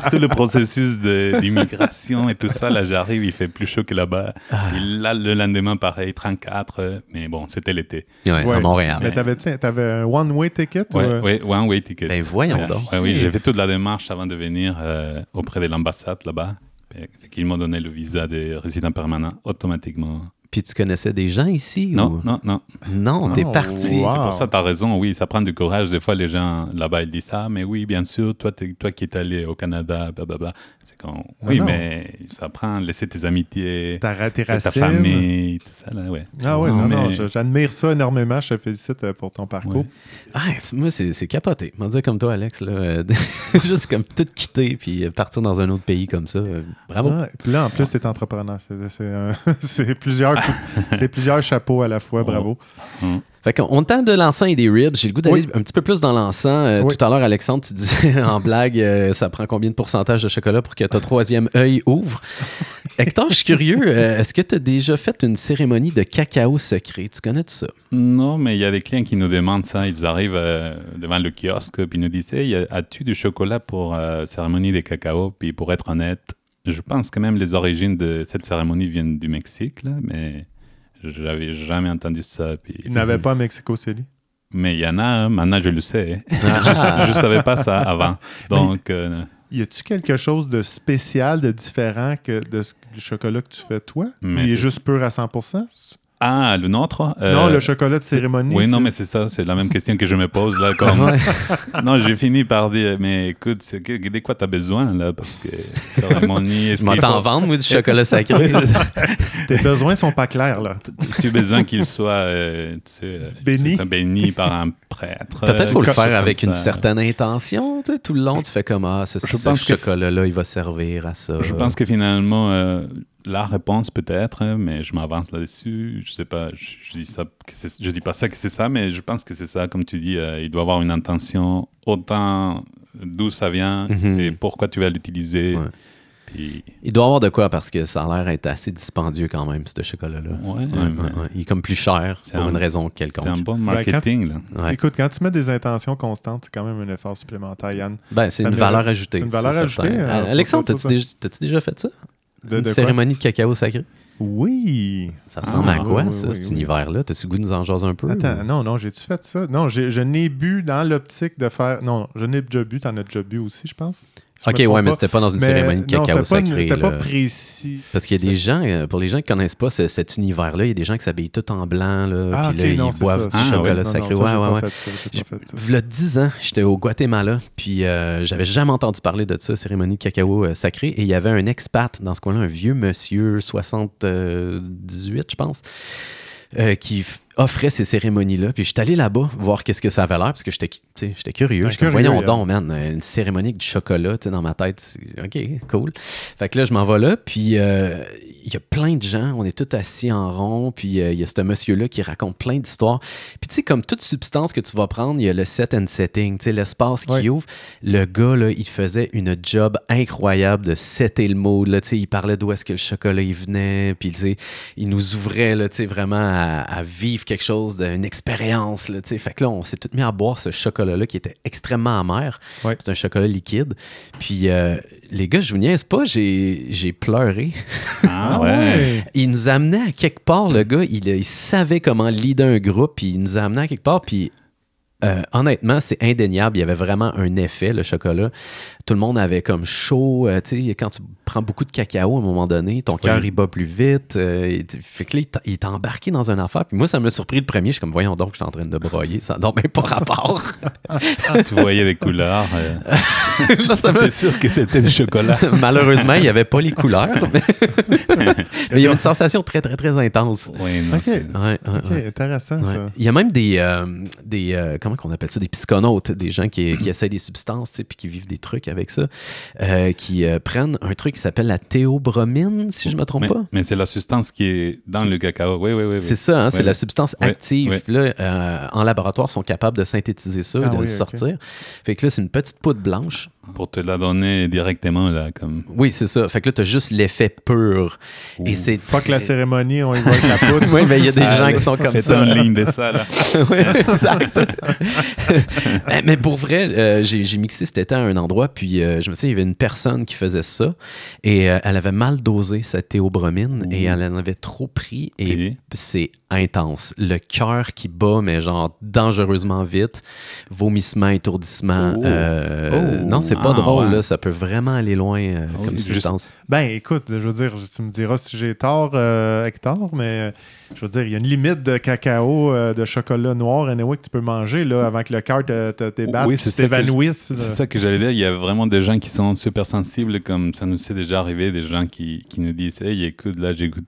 C'est tout le processus de- d'immigration et tout ça. Là, j'arrive, il fait plus chaud que là-bas. Ah. Puis Là, le lendemain, pareil, 34. euh, Mais bon, c'était l'été. Ouais, Ouais. à Montréal. euh, Mais t'avais-tu- t'avais un one-way ticket? ou, Ouais, euh, ouais, ouais, ouais, ticket. Ben voyons Ouais, donc. ouais, oui, j'ai fait toute la démarche avant de venir euh, auprès de l'ambassade là-bas. Fait- fait qu'ils m'ont donné le visa de résident permanent automatiquement. Puis tu connaissais des gens ici? Non, ou- non, non. Non, t'es Non, parti. wow. C'est pour ça, tu as raison, oui, ça prend du courage. Des fois, les gens là-bas, ils disent Ah, mais oui, bien sûr, toi, t'es- toi qui es allé au Canada, blablabla. C'est quand. Oui, non. mais ça prend laisser tes amitiés, T'as tes Ah ta racines. famille, tout ça, là, ouais. Ah oui, non, Mais- non, je- j'admire ça énormément. Je te félicite euh, pour ton parcours. Ouais. Ah, c'est- moi, c'est c'est capoté. M'en dire comme toi, Alex. Là, euh, juste comme tout quitter, puis euh, partir dans un autre pays comme ça. euh, Bravo. Ah, et puis là, en plus, t'es entrepreneur. C'est- C'est un- c'est plusieurs, c'est plusieurs chapeaux à la Oh, fois. Bravo. Fait qu'on on tente de l'encens et des ribs. J'ai le goût d'aller Oui. un petit peu plus dans l'encens. Euh, Oui. Tout à l'heure, Alexandre, tu disais en blague, euh, ça prend combien de pourcentage de chocolat pour que ton troisième œil ouvre? Hector, je suis curieux. euh, Est-ce que tu as déjà fait une cérémonie de cacao secret? Tu connais tout ça? Non, mais il y a des clients qui nous demandent ça. Ils arrivent euh, devant le kiosque puis ils nous disent Hey, y a- As-tu du chocolat pour euh, cérémonie des cacao Puis pour être honnête, je pense que même les origines de cette cérémonie viennent du Mexique, là, mais j'avais jamais entendu ça. Puis... Il n'avait pas à Mexico City. Mais il y en a, hein, maintenant je le sais. Ah, je ne savais pas ça avant. Donc, euh, Y a-tu quelque chose de spécial, de différent que de ce- du chocolat que tu fais toi? Mais Il est c'est- juste pur à 100 ah, le nôtre euh, Non, le chocolat de cérémonie. Oui, non, c'est- mais c'est ça, c'est la même question que je me pose là. Comme... non, j'ai fini par dire, mais écoute, c'est que, de quoi t'as besoin là Parce que cérémonie, est-ce Je m'entends qu'il faut- vendre, moi, du chocolat sacré. Tes besoins sont pas clairs, là. As-tu besoin qu'il soit euh, tu sais, euh, Béni. c'est- béni par un prêtre Peut-être euh, faut le quelque chose faire comme avec une ça. certaine intention. tu sais, tout le long, tu fais comme Ah, ce, Je ce pense que- chocolat-là, il va servir à ça. Je pense que finalement, euh, la réponse peut-être, hein, mais je m'avance là-dessus. Je sais pas, je, je dis ça, que c'est- je dis pas ça que c'est ça, mais je pense que c'est ça. Comme tu dis, euh, il doit avoir une intention autant d'où ça vient Mhm. et pourquoi tu vas l'utiliser. Ouais. Puis, Il doit avoir de quoi parce que ça a l'air être assez dispendieux quand même, ce chocolat-là. ouais, Ouais, mais ouais, ouais. Il est comme plus cher C'est pour un- une raison c'est un quelconque. bon Ben, quand- marketing. là. Ouais. Écoute, quand tu mets des intentions constantes, c'est quand même un effort supplémentaire, Yann. Ben, c'est Ça une me- valeur ajoutée. c'est une valeur certain. ajoutée, euh, Euh, Alexandre, faut- t'as-tu faut- déjà, t'as-tu déjà fait ça? De, une de quoi? cérémonie de cacao sacré? Oui. Ça ressemble Ah, à quoi, oui, ça, oui, cet oui. univers-là? T'as-tu le goût de nous en jaser un peu? Attends, ou- non, non, j'ai-tu fait ça? Non, j'ai- je n'ai bu dans l'optique de faire. Non, je n'ai déjà bu, t'en as déjà bu aussi, je pense. Si je Ok, me ouais, trompe mais pas. c'était pas dans une Mais, cérémonie de non, cacao c'était pas une- sacré. C'était pas là. précis. Parce qu'il y a des gens, euh, pour les gens qui connaissent pas ce- cet univers-là, il y a des gens qui s'habillent tout en blanc, là, Ah, puis là, ils boivent du Ah, chocolat Non, non, sacré. ça, ouais, j'ai ouais, pas ouais. fait ça, j'ai pas fait ça. V'là 10 ans, j'étais au Guatemala, puis euh, j'avais jamais entendu parler de ça, cérémonie de cacao euh, sacré, et il y avait un expat dans ce coin-là, un vieux monsieur, 78, je pense, euh, qui f- offrait ces cérémonies-là. Puis j'étais allé là-bas voir qu'est-ce que ça avait l'air, parce que j'étais cu- tu sais, j'étais curieux. Ah, J'étais comme, curieux, voyons hein. donc, man, euh, une cérémonie avec du chocolat, tu sais, dans ma tête, c'est- ok, cool. Fait que là, je m'en vais là, puis euh, il y a plein de gens, on est tous assis en rond, puis euh, il y a ce monsieur-là qui raconte plein d'histoires. Puis tu sais, comme toute substance que tu vas prendre, il y a le set and setting, tu sais, l'espace qui Ouais. ouvre. Le gars, là, il faisait une job incroyable de setter le mot. Là, tu sais, il parlait d'où est-ce que le chocolat il venait, puis tu sais, il nous ouvrait là, tu sais, vraiment à, à vivre quelque chose, d'une expérience. là, tu sais. Fait que là, on s'est tous mis à boire ce chocolat-là qui était extrêmement amer. Ouais. C'est un chocolat liquide. Puis euh, les gars, je vous niaise pas, j'ai j'ai pleuré. Ah ouais. Il nous amenait à quelque part, le gars. Il, il savait comment leader un groupe, puis il nous amenait à quelque part, puis. euh, honnêtement, c'est indéniable. Il y avait vraiment un effet, le chocolat. Tout le monde avait comme chaud. euh, tu sais, quand tu prends beaucoup de cacao à un moment donné, ton cœur, il bat plus vite. euh, et tu- fait que là, il t'a- il t'a embarqué dans une affaire. Puis moi, ça m'a surpris le premier. Je suis comme, voyons donc, je suis en train de broyer. Ça n'a même pas rapport. tu voyais les couleurs. euh, Là, ça m'a- T'es sûr que c'était du chocolat. Malheureusement, il n'y avait pas les couleurs. Mais... mais il y a une sensation très, très, très intense. Oui, non, Ok. c'est- Ouais, ouais, Ok, ouais. intéressant Ouais. ça. Il y a même des, euh, des euh, comment qu'on appelle ça, des psychonautes, des gens qui, qui essayent des substances, tu sais, puis qui vivent des trucs avec ça, euh, qui euh, prennent un truc qui s'appelle la théobromine, si je me trompe mais, pas. mais c'est la substance qui est dans le cacao. Oui, oui, oui. oui. C'est ça, hein, c'est Ouais, la ouais. substance Ouais, active. ouais. Là, euh, en laboratoire, sont capables de synthétiser ça, Ah de oui, le ok. sortir. Fait que là, c'est une petite poudre blanche. Pour te la donner directement, là, comme. Oui, c'est ça. Fait que là, t'as juste l'effet pur. Et Ouh. c'est Fuck la très- cérémonie, on y va avec la poudre. Oui, mais il y a des Ah, gens c'est- qui sont comme Faites ça. en ligne de ça, là. Oui, exact. mais, mais pour vrai, euh, j'ai j'ai mixé cet été à un endroit, puis euh, je me souviens, il y avait une personne qui faisait ça, et euh, elle avait mal dosé sa théobromine, et Ouh. elle en avait trop pris, et Puis? c'est intense. Le cœur qui bat, mais genre dangereusement vite, vomissement, étourdissement. Oh. euh, Oh. Non, c'est pas Ah, drôle, ouais. là, ça peut vraiment aller loin euh, Ah oui, comme juste- substance. Ben écoute, je veux dire, tu me diras si j'ai tort, euh, Hector, mais euh, je veux dire, il y a une limite de cacao, euh, de chocolat noir, anyway, que tu peux manger là, avant que le cœur te, te débatte, Oui, puis c'est ça que t'évanouisse. C'est là. ça que j'allais dire. Il y a vraiment des gens qui sont super sensibles, comme ça nous est déjà arrivé, des gens qui, qui nous disent Hey, écoute, là, j'ai goût-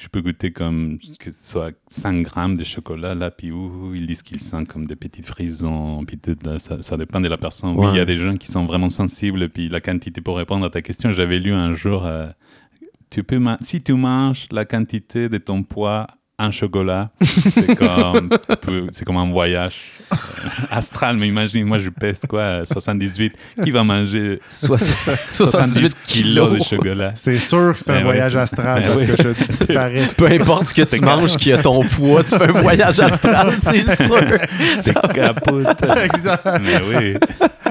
je peux goûter comme que ce soit 5 grammes de chocolat, là, puis ouh, ils disent qu'ils sentent comme des petites frisons, puis tout, là, ça, ça dépend de la personne. Oui, Ouais. il y a des gens qui sont vraiment sensibles, puis la quantité, pour répondre à ta question, j'avais lu un jour euh, tu peux ma- si tu manges la quantité de ton poids en chocolat, c'est comme, tu peux- c'est comme un voyage euh, astral. Mais imagine, moi je pèse quoi, euh, 78, qui va manger 78 78 kilos de kilos. chocolat C'est sûr que c'est un Ben voyage oui. astral Ben parce oui. que je te disparais. Peu importe ce que tu manges qui a ton poids, tu fais un voyage astral, c'est sûr. C'est capote. Exact. Mais oui.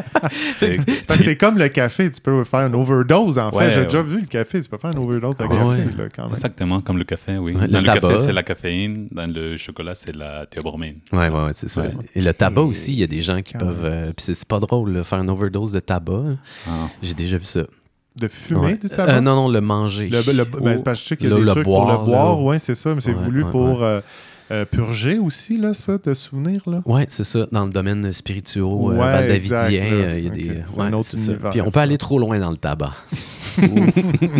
C'est- Fait que c'est comme le café, tu peux faire une overdose en fait. Ouais, J'ai ouais. déjà vu le café, tu peux faire une overdose de Ah, café ouais. là, quand même. Exactement comme le café, oui. Ouais, le dans le tabac. café, c'est la caféine. Dans le chocolat, c'est la théobromine. Ouais, ouais, ouais, c'est ça. Ouais. Et le tabac aussi, il y a des gens qui Quand peuvent. euh, Puis c'est- c'est pas drôle, là, faire une overdose de tabac. hein. Ah. J'ai déjà vu ça. De fumer Ouais. du tabac? Euh, non, non, le manger. Le, le- ben, Ou- parce que je sais qu'il y a le- des le trucs boire, pour le boire, là. ouais, c'est ça, mais c'est Ouais, voulu ouais, pour euh, euh, purger aussi, là, ça, de souvenirs, là. Ouais, c'est ça. Dans le domaine spirituel, euh, Ouais, valdavidien, exact, là. euh, il y a Ok, des. c'est un autre ça. univers, Puis on peut ça. aller trop loin dans le tabac.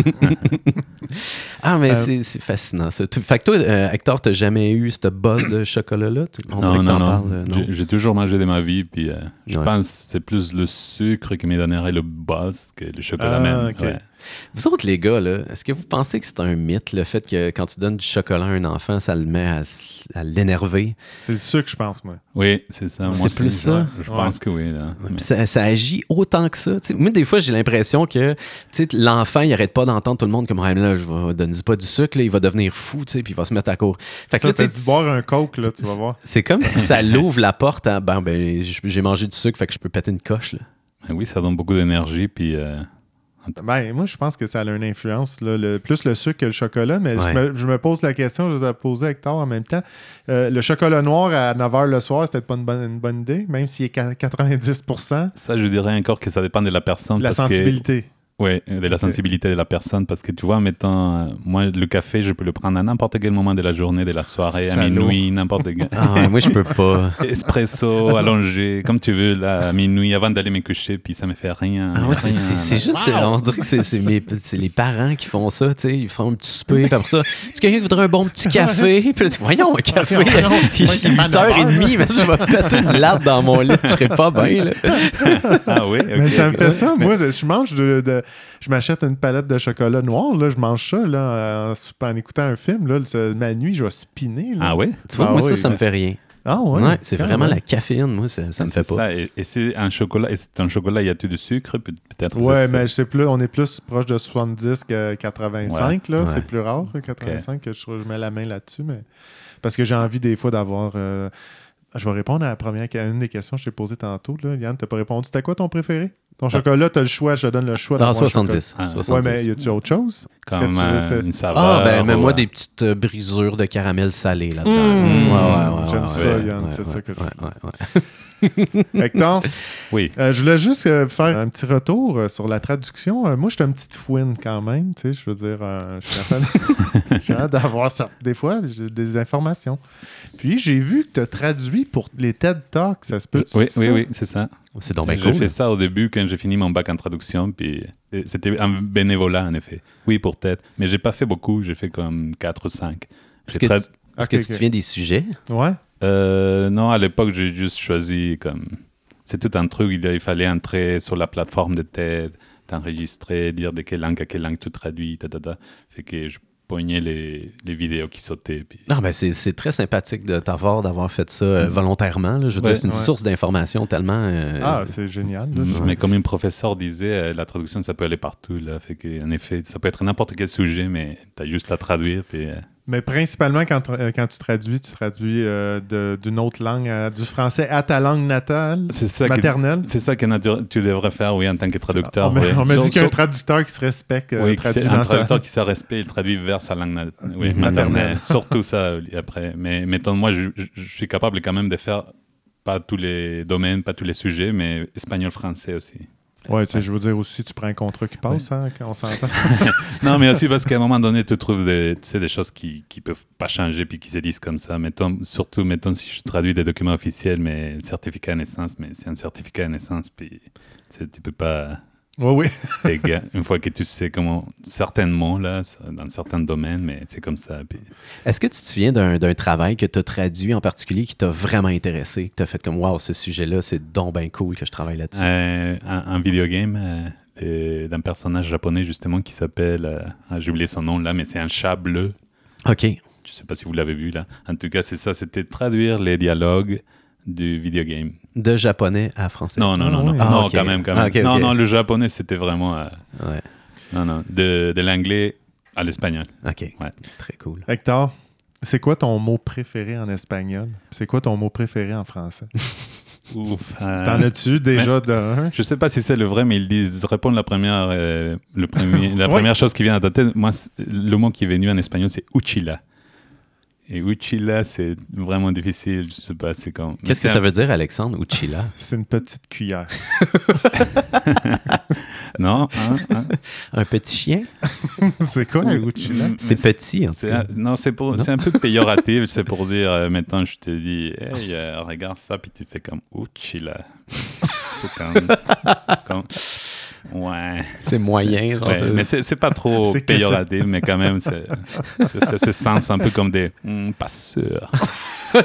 Ah, mais Euh, c'est- c'est fascinant. Ça. Tu- Fait que toi, euh, acteur, t'as jamais eu cette bosse de chocolat-là? Tu- On dirait Non, que non, t'en non. parles. euh, non. J'ai- J'ai toujours mangé de ma vie, puis euh, je Ouais. pense que c'est plus le sucre qui me donnerait le buzz que le chocolat Ah, même. ok. ouais. Vous autres, les gars, là, est-ce que vous pensez que c'est un mythe, le fait que quand tu donnes du chocolat à un enfant, ça le met à, s- à l'énerver? C'est le sucre, je pense, moi. Oui, c'est ça. Moi, C'est plus ça? Je Ouais. pense que oui. Là. Puis Ça, ça agit autant que ça. tu sais. Moi, des fois, j'ai l'impression que tu sais, l'enfant, il arrête pas d'entendre tout le monde comme ah, mais là, je vais donner pas du sucre, là, il va devenir fou, tu sais, puis il va se mettre à court. Fait hein. que Ça, là, tu t'as sais, dû boire un coke, là, tu vas voir. c'est comme si ça l'ouvre la porte à ben, ben, j- j'ai mangé du sucre, fait que je peux péter une coche. Là. Mais oui, ça donne beaucoup d'énergie, puis euh, Ben, moi, je pense que ça a une influence, là, le, plus le sucre que le chocolat, mais Ouais. je, me, je me pose la question, je vais te la poser à Hector en même temps. Euh, le chocolat noir à 9h le soir, c'est peut-être pas une bonne, une bonne idée, même s'il est qu'à 90 de ça, je dirais encore que ça dépend de la personne. la parce que- sensibilité. Oui, de la sensibilité de la personne, parce que tu vois, mettons, euh, moi, le café, je peux le prendre à n'importe quel moment de la journée, de la soirée, à Salaud. minuit, n'importe quel. Ah, ouais, moi, je peux pas. Espresso, allongé, comme tu veux, là, à minuit, avant d'aller me coucher, puis ça me fait rien. Ah, moi, c'est- rien, c'est c'est là. juste, c'est- on dirait que c'est- c'est mes- c'est les parents qui font ça, tu sais, ils font un petit souper, puis après ça, est-ce quelqu'un qui voudrait un bon petit café? Puis là, tu dis, voyons, un café, Voyons, voyons, il voyons, est 8h30, mais je vais péter une latte dans mon lit, je serais pas bien, là. Ah oui, ok, Mais ça me ok. fait ça. Moi, je, je mange de, de- Je m'achète une palette de chocolat noir, là, je mange ça là, en, sou- en écoutant un film. Là, le- ma nuit, je vais spinner. là. Ah oui? Tu vois, Ah moi, oui, ça, ça me ben- fait rien. Ah ouais, Ouais, c'est quand vraiment même. la caféine, moi, ça, ça me C'est fait pas. ça, et, et c'est un chocolat, et c'est un chocolat, il y a-tu du sucre, peut- peut-être Ouais, c'est- mais je sais plus, on est plus proche de 70 que 85, là. Ouais. C'est plus rare, hein, 85, que je, je mets la main là-dessus, mais parce que j'ai envie des fois d'avoir. euh, Je vais répondre à la première à une des questions que je t'ai posées tantôt. Là. Yann, t'as pas répondu. C'était quoi ton préféré? Ton chocolat, t'as le choix, je te donne le choix Non, d'avoir le chocolat. 70. Ah, ouais, 70. Ouais, mais y a-tu autre chose? Comme Qu'est-ce que tu euh, veux, t'as- une saveur. Ah, ben, mais ou, moi, euh, des petites euh, brisures de caramel salé là-dedans. Mmh. Ouais, ouais, ouais, J'aime ouais, ça, ouais, Yann, ouais, c'est ouais, ça que je- ouais, ouais, ouais. Hector, Oui, euh, je voulais juste euh, faire un petit retour euh, sur la traduction. Euh, moi, j'étais une petite fouine quand même. Tu sais, je veux dire, euh, je suis capable je suis capable d'avoir ça. Des fois, j'ai des informations. Puis, j'ai vu que tu as traduit pour les TED Talks. Ça se peut oui, oui, oui, c'est ça. C'est donc bien j'ai Oh, cool. fait ça au début quand j'ai fini mon bac en traduction, puis et c'était un bénévolat en effet. Oui, pour tête, mais j'ai pas fait beaucoup, j'ai fait comme 4 ou 5. Est-ce que, J'ai est-ce trad- que Ok, tu te ok. souviens des sujets? Ouais. Euh, non, à l'époque, j'ai juste choisi comme. C'est tout un truc, il, il fallait entrer sur la plateforme de TED, t'enregistrer, dire de quelle langue à quelle langue tu traduis, ta, ta, ta. Fait que je pognais les, les vidéos qui sautaient, puis Non, mais c'est c'est très sympathique de t'avoir d'avoir fait ça euh, volontairement. là. Je veux dire, Mm. Ouais, c'est une ouais. source d'information tellement. euh, Ah, c'est génial. là. Mais comme un professeur disait, euh, la traduction, ça peut aller partout. Là. Fait que, en effet, ça peut être n'importe quel sujet, mais tu as juste à traduire. Puis, euh, Mais principalement, quand, tra- euh, quand tu traduis, tu traduis euh, de- d'une autre langue, à- du français à ta langue natale, c'est ça que, maternelle. c'est ça que natu- tu devrais faire, oui, en tant que traducteur. on m'a ouais. on m'a Sur- dit qu'un sur- traducteur qui se respecte euh, oui, que traduit c'est un dans sa... traducteur qui se respecte, il traduit vers sa langue na- oui, Mhm. maternelle. Surtout ça, oui, après. Mais mettons, moi, je, je- je suis capable quand même de faire pas tous les domaines, pas tous les sujets, mais espagnol-français aussi. Ouais, tu sais, je veux dire aussi, tu prends un contrat qui passe, hein, quand on s'entend. Non, mais aussi parce qu'à un moment donné, tu trouves des, tu sais, des choses qui ne peuvent pas changer puis qui se disent comme ça. Mettons, surtout, mettons, si je traduis des documents officiels, mais certificat à naissance, mais c'est un certificat à naissance, puis tu sais, tu peux pas. Oui, oui. les gars, Une fois que tu sais comment. Certainement, là, ça- dans certains domaines, mais c'est comme ça. Puis... Est-ce que tu te souviens d'un d'un travail que tu as traduit en particulier qui t'a vraiment intéressé, que tu as fait comme Waouh, ce sujet-là, c'est donc bien cool que je travaille là-dessus? Euh, un, un videogame euh, euh, d'un personnage japonais, justement, qui s'appelle. euh, ah, J'ai oublié son nom, là, mais c'est un chat bleu. OK. Je sais pas si vous l'avez vu, là. En tout cas, c'est ça, c'était traduire les dialogues du videogame. De japonais à français. Non, non, Ah, non, non, ouais. Ah, non, ok. quand même, quand même. Ah, ok, Non, ok. non, le japonais, c'était vraiment. euh, Ouais. non, non, de, de l'anglais à l'espagnol. OK. Ouais. Très cool. Hector, c'est quoi ton mot préféré en espagnol? C'est quoi ton mot préféré en français? Ouf. euh, T'en as-tu déjà de un? je sais pas si c'est le vrai, mais ils disent répondre la première, euh, le premier, la Ouais. première chose qui vient à ta tête. Moi, c'est- le mot qui est venu en espagnol, c'est uchila. Et uchila, c'est vraiment difficile. Je sais pas, c'est quand. mais Qu'est-ce que c'est ça un- veut dire, Alexandre Uchila? C'est une petite cuillère. Non, hein, hein. Un petit chien? c'est quoi un uchila? C'est Mais petit, en tout c'est cas. un- Non, c'est pour- Non? c'est un peu péjoratif. c'est pour dire, euh, maintenant, je te dis, hey, euh, regarde ça, puis tu fais comme, ouchi là. c'est comme, comme- Ouais. C'est moyen. genre, Ouais, c'est- mais c'est c'est pas trop C'est que ça. péjoratif, mais quand même, c'est- c'est- c'est- ça se sens un peu comme des hmm, pas sûr.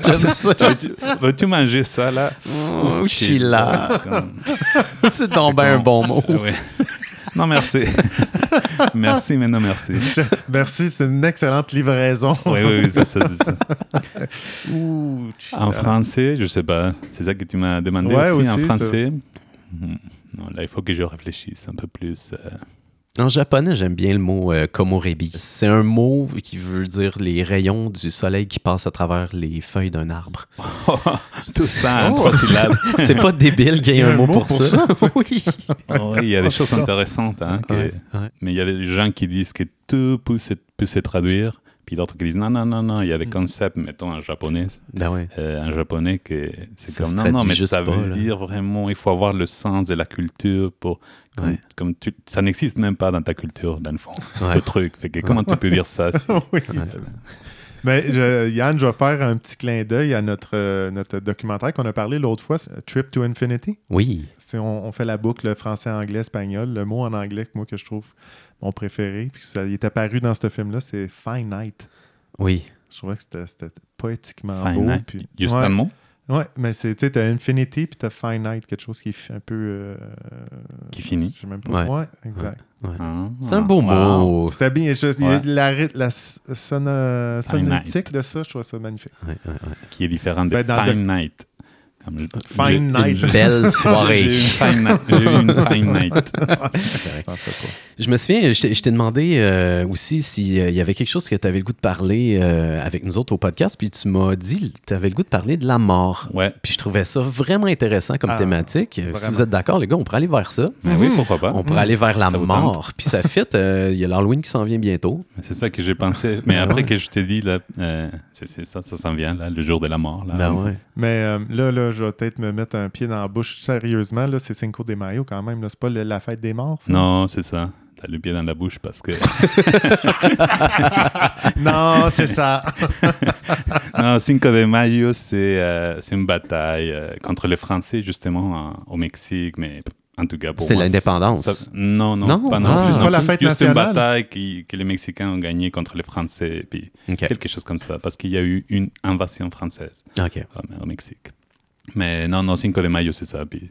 J'aime ça. Veux-tu veux-tu manger ça là Oh, chilla. C'est comme- C'est donc ben un bon mot. Ouais. Non, merci. merci, mais non, merci. Merci, c'est une excellente livraison. Oui, oui, Ah. oui, c'est ça, c'est ça. en français, je sais pas. C'est ça que tu m'as demandé Ouais, aussi, en aussi, ça- français. Mhm. Non, là, il faut que je réfléchisse un peu plus. euh. En japonais, j'aime bien le mot euh, komorebi. C'est un mot qui veut dire les rayons du soleil qui passent à travers les feuilles d'un arbre. Tout ça, en Oh, trois syllabes. C'est pas débile qu'il y ait un, mot pour, ça. oui. Oh, Oui, il y a des choses intéressantes. hein, que- Ouais, ouais. Mais il y a des gens qui disent que tout peut se, peut se traduire. Puis d'autres qui disent non, non, non, non. Il y a Mm. des concepts, mettons, en japonais. Ben ouais. euh, en japonais, que c'est Ça comme se non, non, traduit mais juste ça veut pas, là. dire vraiment, il faut avoir le sens de la culture pour. Comme, Ouais. comme tu- ça n'existe même pas dans ta culture, dans le fond, Ouais. le truc. Fait que comment tu peux dire ça si- Oui. Mais je- Yann, je vais faire un petit clin d'œil à notre, euh, notre documentaire qu'on a parlé l'autre fois, c'est Trip to Infinity. Oui. C'est- on, on fait la boucle français-anglais-espagnol. Le mot en anglais que moi que je trouve mon préféré, puis ça, il est apparu dans ce film-là, c'est Finite. Oui. Je trouvais que c'était- c'était poétiquement beau. Finite. Puis, Juste ouais. un mot Ouais, mais c'est, tu sais, t'as Infinity puis t'as Finite, quelque chose qui est un peu. euh, Qui finit. Je sais même pas. Ouais. Ouais, exact. Ah, C'est un beau wow. mot. C'était bien. je- il y a Ouais. de la, ry- la s- sono- sonétique Finite. de ça, je trouve ça magnifique. Ouais, ouais, ouais. Qui est différent de Ben, dans Fine Night. Comme je- Fine j'ai- Night. j'ai- Belle J'ai eu soirée. une Fine Night. J'ai eu une Fine Night. T'en fais pas. Je me souviens, je t'ai je t'ai demandé euh, aussi s'il y avait quelque chose que tu avais le goût de parler euh, avec nous autres au podcast, puis tu m'as dit tu avais le goût de parler de la mort. Ouais. Puis je trouvais ça vraiment intéressant comme Ah, thématique. Euh, Si vraiment. vous êtes d'accord, les gars, on pourrait aller vers ça. Mais oui, pourquoi pas. On pourrait aller vers la Ah, hmm. Ça vous tente? mort. Puis ça fit, euh, il y a l'Halloween qui s'en vient bientôt. C'est ça que j'ai pensé. Ah Mais après que je t'ai dit, là, euh, c'est c'est ça, ça s'en vient, là, le jour de la mort. Là. Ben ouais. Mais euh, là, là, je vais peut-être me mettre un pied dans la bouche. Sérieusement, là, c'est Cinco de Mayo quand même. là. C'est pas le- la fête des morts. ça? Non, c'est ça. T'as le pied dans la bouche parce que. non, c'est ça. non, Cinco de Mayo, c'est euh, c'est une bataille euh, contre les Français, justement, en- au Mexique, mais en tout cas pour C'est moi, l'indépendance. ça- Non, non, Non? pas non Ah. plus. C'est pas la fête Juste une nationale? bataille qui- que les Mexicains ont gagnée contre les Français, puis OK. quelque chose comme ça, parce qu'il y a eu une invasion française OK. euh, au Mexique. Mais non, non, Cinco de Mayo, c'est ça. Puis...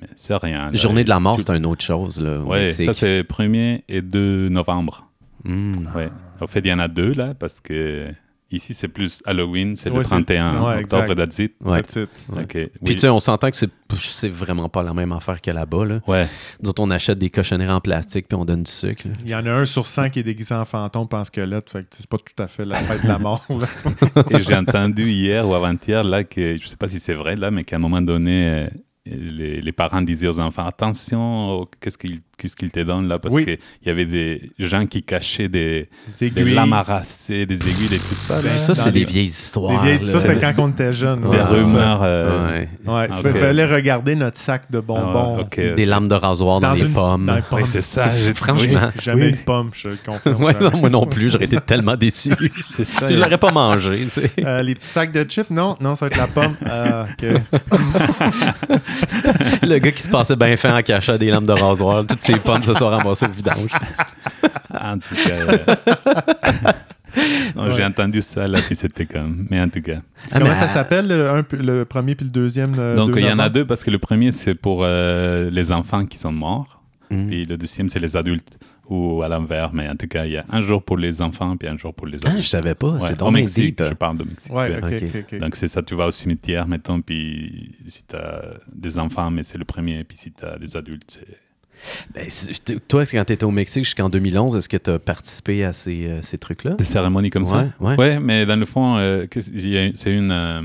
mais C'est rien. là. Journée de la mort, Tout- c'est une autre chose. Là, au Ouais, Mexique. ça c'est 1er et 2 novembre. Hmm. Ouais. En fait, il y en a deux là, parce que ici c'est plus Halloween, c'est Ouais, le c'est- 31 ouais, octobre, exact. that's it. Ouais. That's it. Ouais. Ok, oui. Puis tu sais, on s'entend que c'est- c'est vraiment pas la même affaire que là-bas. Là. Ouais, Nous autres, on achète des cochonneries en plastique puis on donne du sucre. là. Il y en a un sur 100 qui est déguisé en fantôme, pense que là, fait que c'est pas tout à fait la fête de la mort. là. et j'ai entendu hier ou avant-hier là que, je sais pas si c'est vrai là, mais qu'à un moment donné, euh, les, les parents disaient aux enfants attention, au- qu'est-ce qu'ils qu'est-ce qu'ils te donnent là, parce Oui. qu'il y avait des gens qui cachaient des, Des des aiguilles. lames racées, des aiguilles et tout ça. là. Ben, Ça, dans c'est des les- vieilles Des histoires. vieilles- là. ça, c'était quand on était jeune. Ouais, Des c'est ça. rumeurs. euh, Ouais. Ouais, Ah, fa- ok. fallait regarder notre sac de ah, bonbons. ok. Des lames de rasoir dans, les une- pommes. dans les Ouais, pommes. c'est ça. j'ai- Franchement. Jamais Oui. une pomme, je le confirme. Ouais, jamais. non, moi non plus, j'aurais été tellement déçu. oui, c'est ça. Je l'aurais pas mangé. tu sais. Euh, les petits sacs de chips, non, non, ça va être la pomme. Ah, ok. Le gars qui se passait bien fin en cachant des lames de rasoir, toutes ses pommes se sont ramassées au vidange. En tout cas. euh, non, J'ai Ouais. entendu ça, là, puis c'était comme. Mais en tout cas. Comment ça Ah, s'appelle le, un- le premier puis le deuxième? euh, Donc, deux il y en a novembre? deux, parce que le premier, c'est pour euh, les enfants qui sont morts. Mm. Puis le deuxième, c'est les adultes, ou à l'envers. Mais en tout cas, il y a un jour pour les enfants, puis un jour pour les Ah, adultes. je savais pas. Ouais, C'est au donc bien Mexique, deep. je parle de Mexique. Ouais, ouais. ok, Ok. ok, ok. Donc, c'est ça, tu vas au cimetière, mettons, puis si t'as des enfants, mais c'est le premier, puis si t'as des adultes, c'est. Ben, c'est- t- toi, quand t'étais au Mexique jusqu'en 2011, est-ce que t'as participé à ces, euh, ces trucs-là? Des cérémonies comme ça Ouais, ouais. mais dans le fond, euh, qu'est-ce- il y a- c'est une. euh,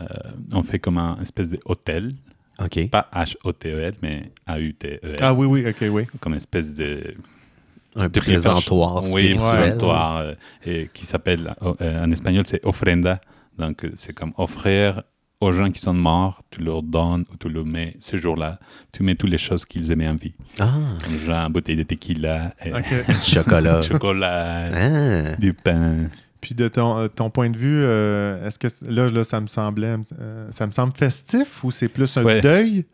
euh, on fait comme un espèce d'hôtel. OK. Pas H-O-T-E-L, E mais A-U-T-E-L. Ah oui, oui, ok, oui. E Comme espèce de. Un de présentoir Oui, spirituel. présentoir. euh, et qui s'appelle, euh, euh, en espagnol, c'est ofrenda. Donc, euh, c'est comme offrir aux gens qui sont morts, tu leur donnes ou tu leur mets ce jour-là, tu mets toutes les choses qu'ils aimaient en vie. Ah, Comme genre, bouteille de tequila, euh, Ok. du chocolat. chocolat, Ah. du pain. Puis de ton, euh, ton point de vue, euh, est-ce que c- là, là, ça me semblait, euh, ça me semble festif ou c'est plus un Ouais. deuil?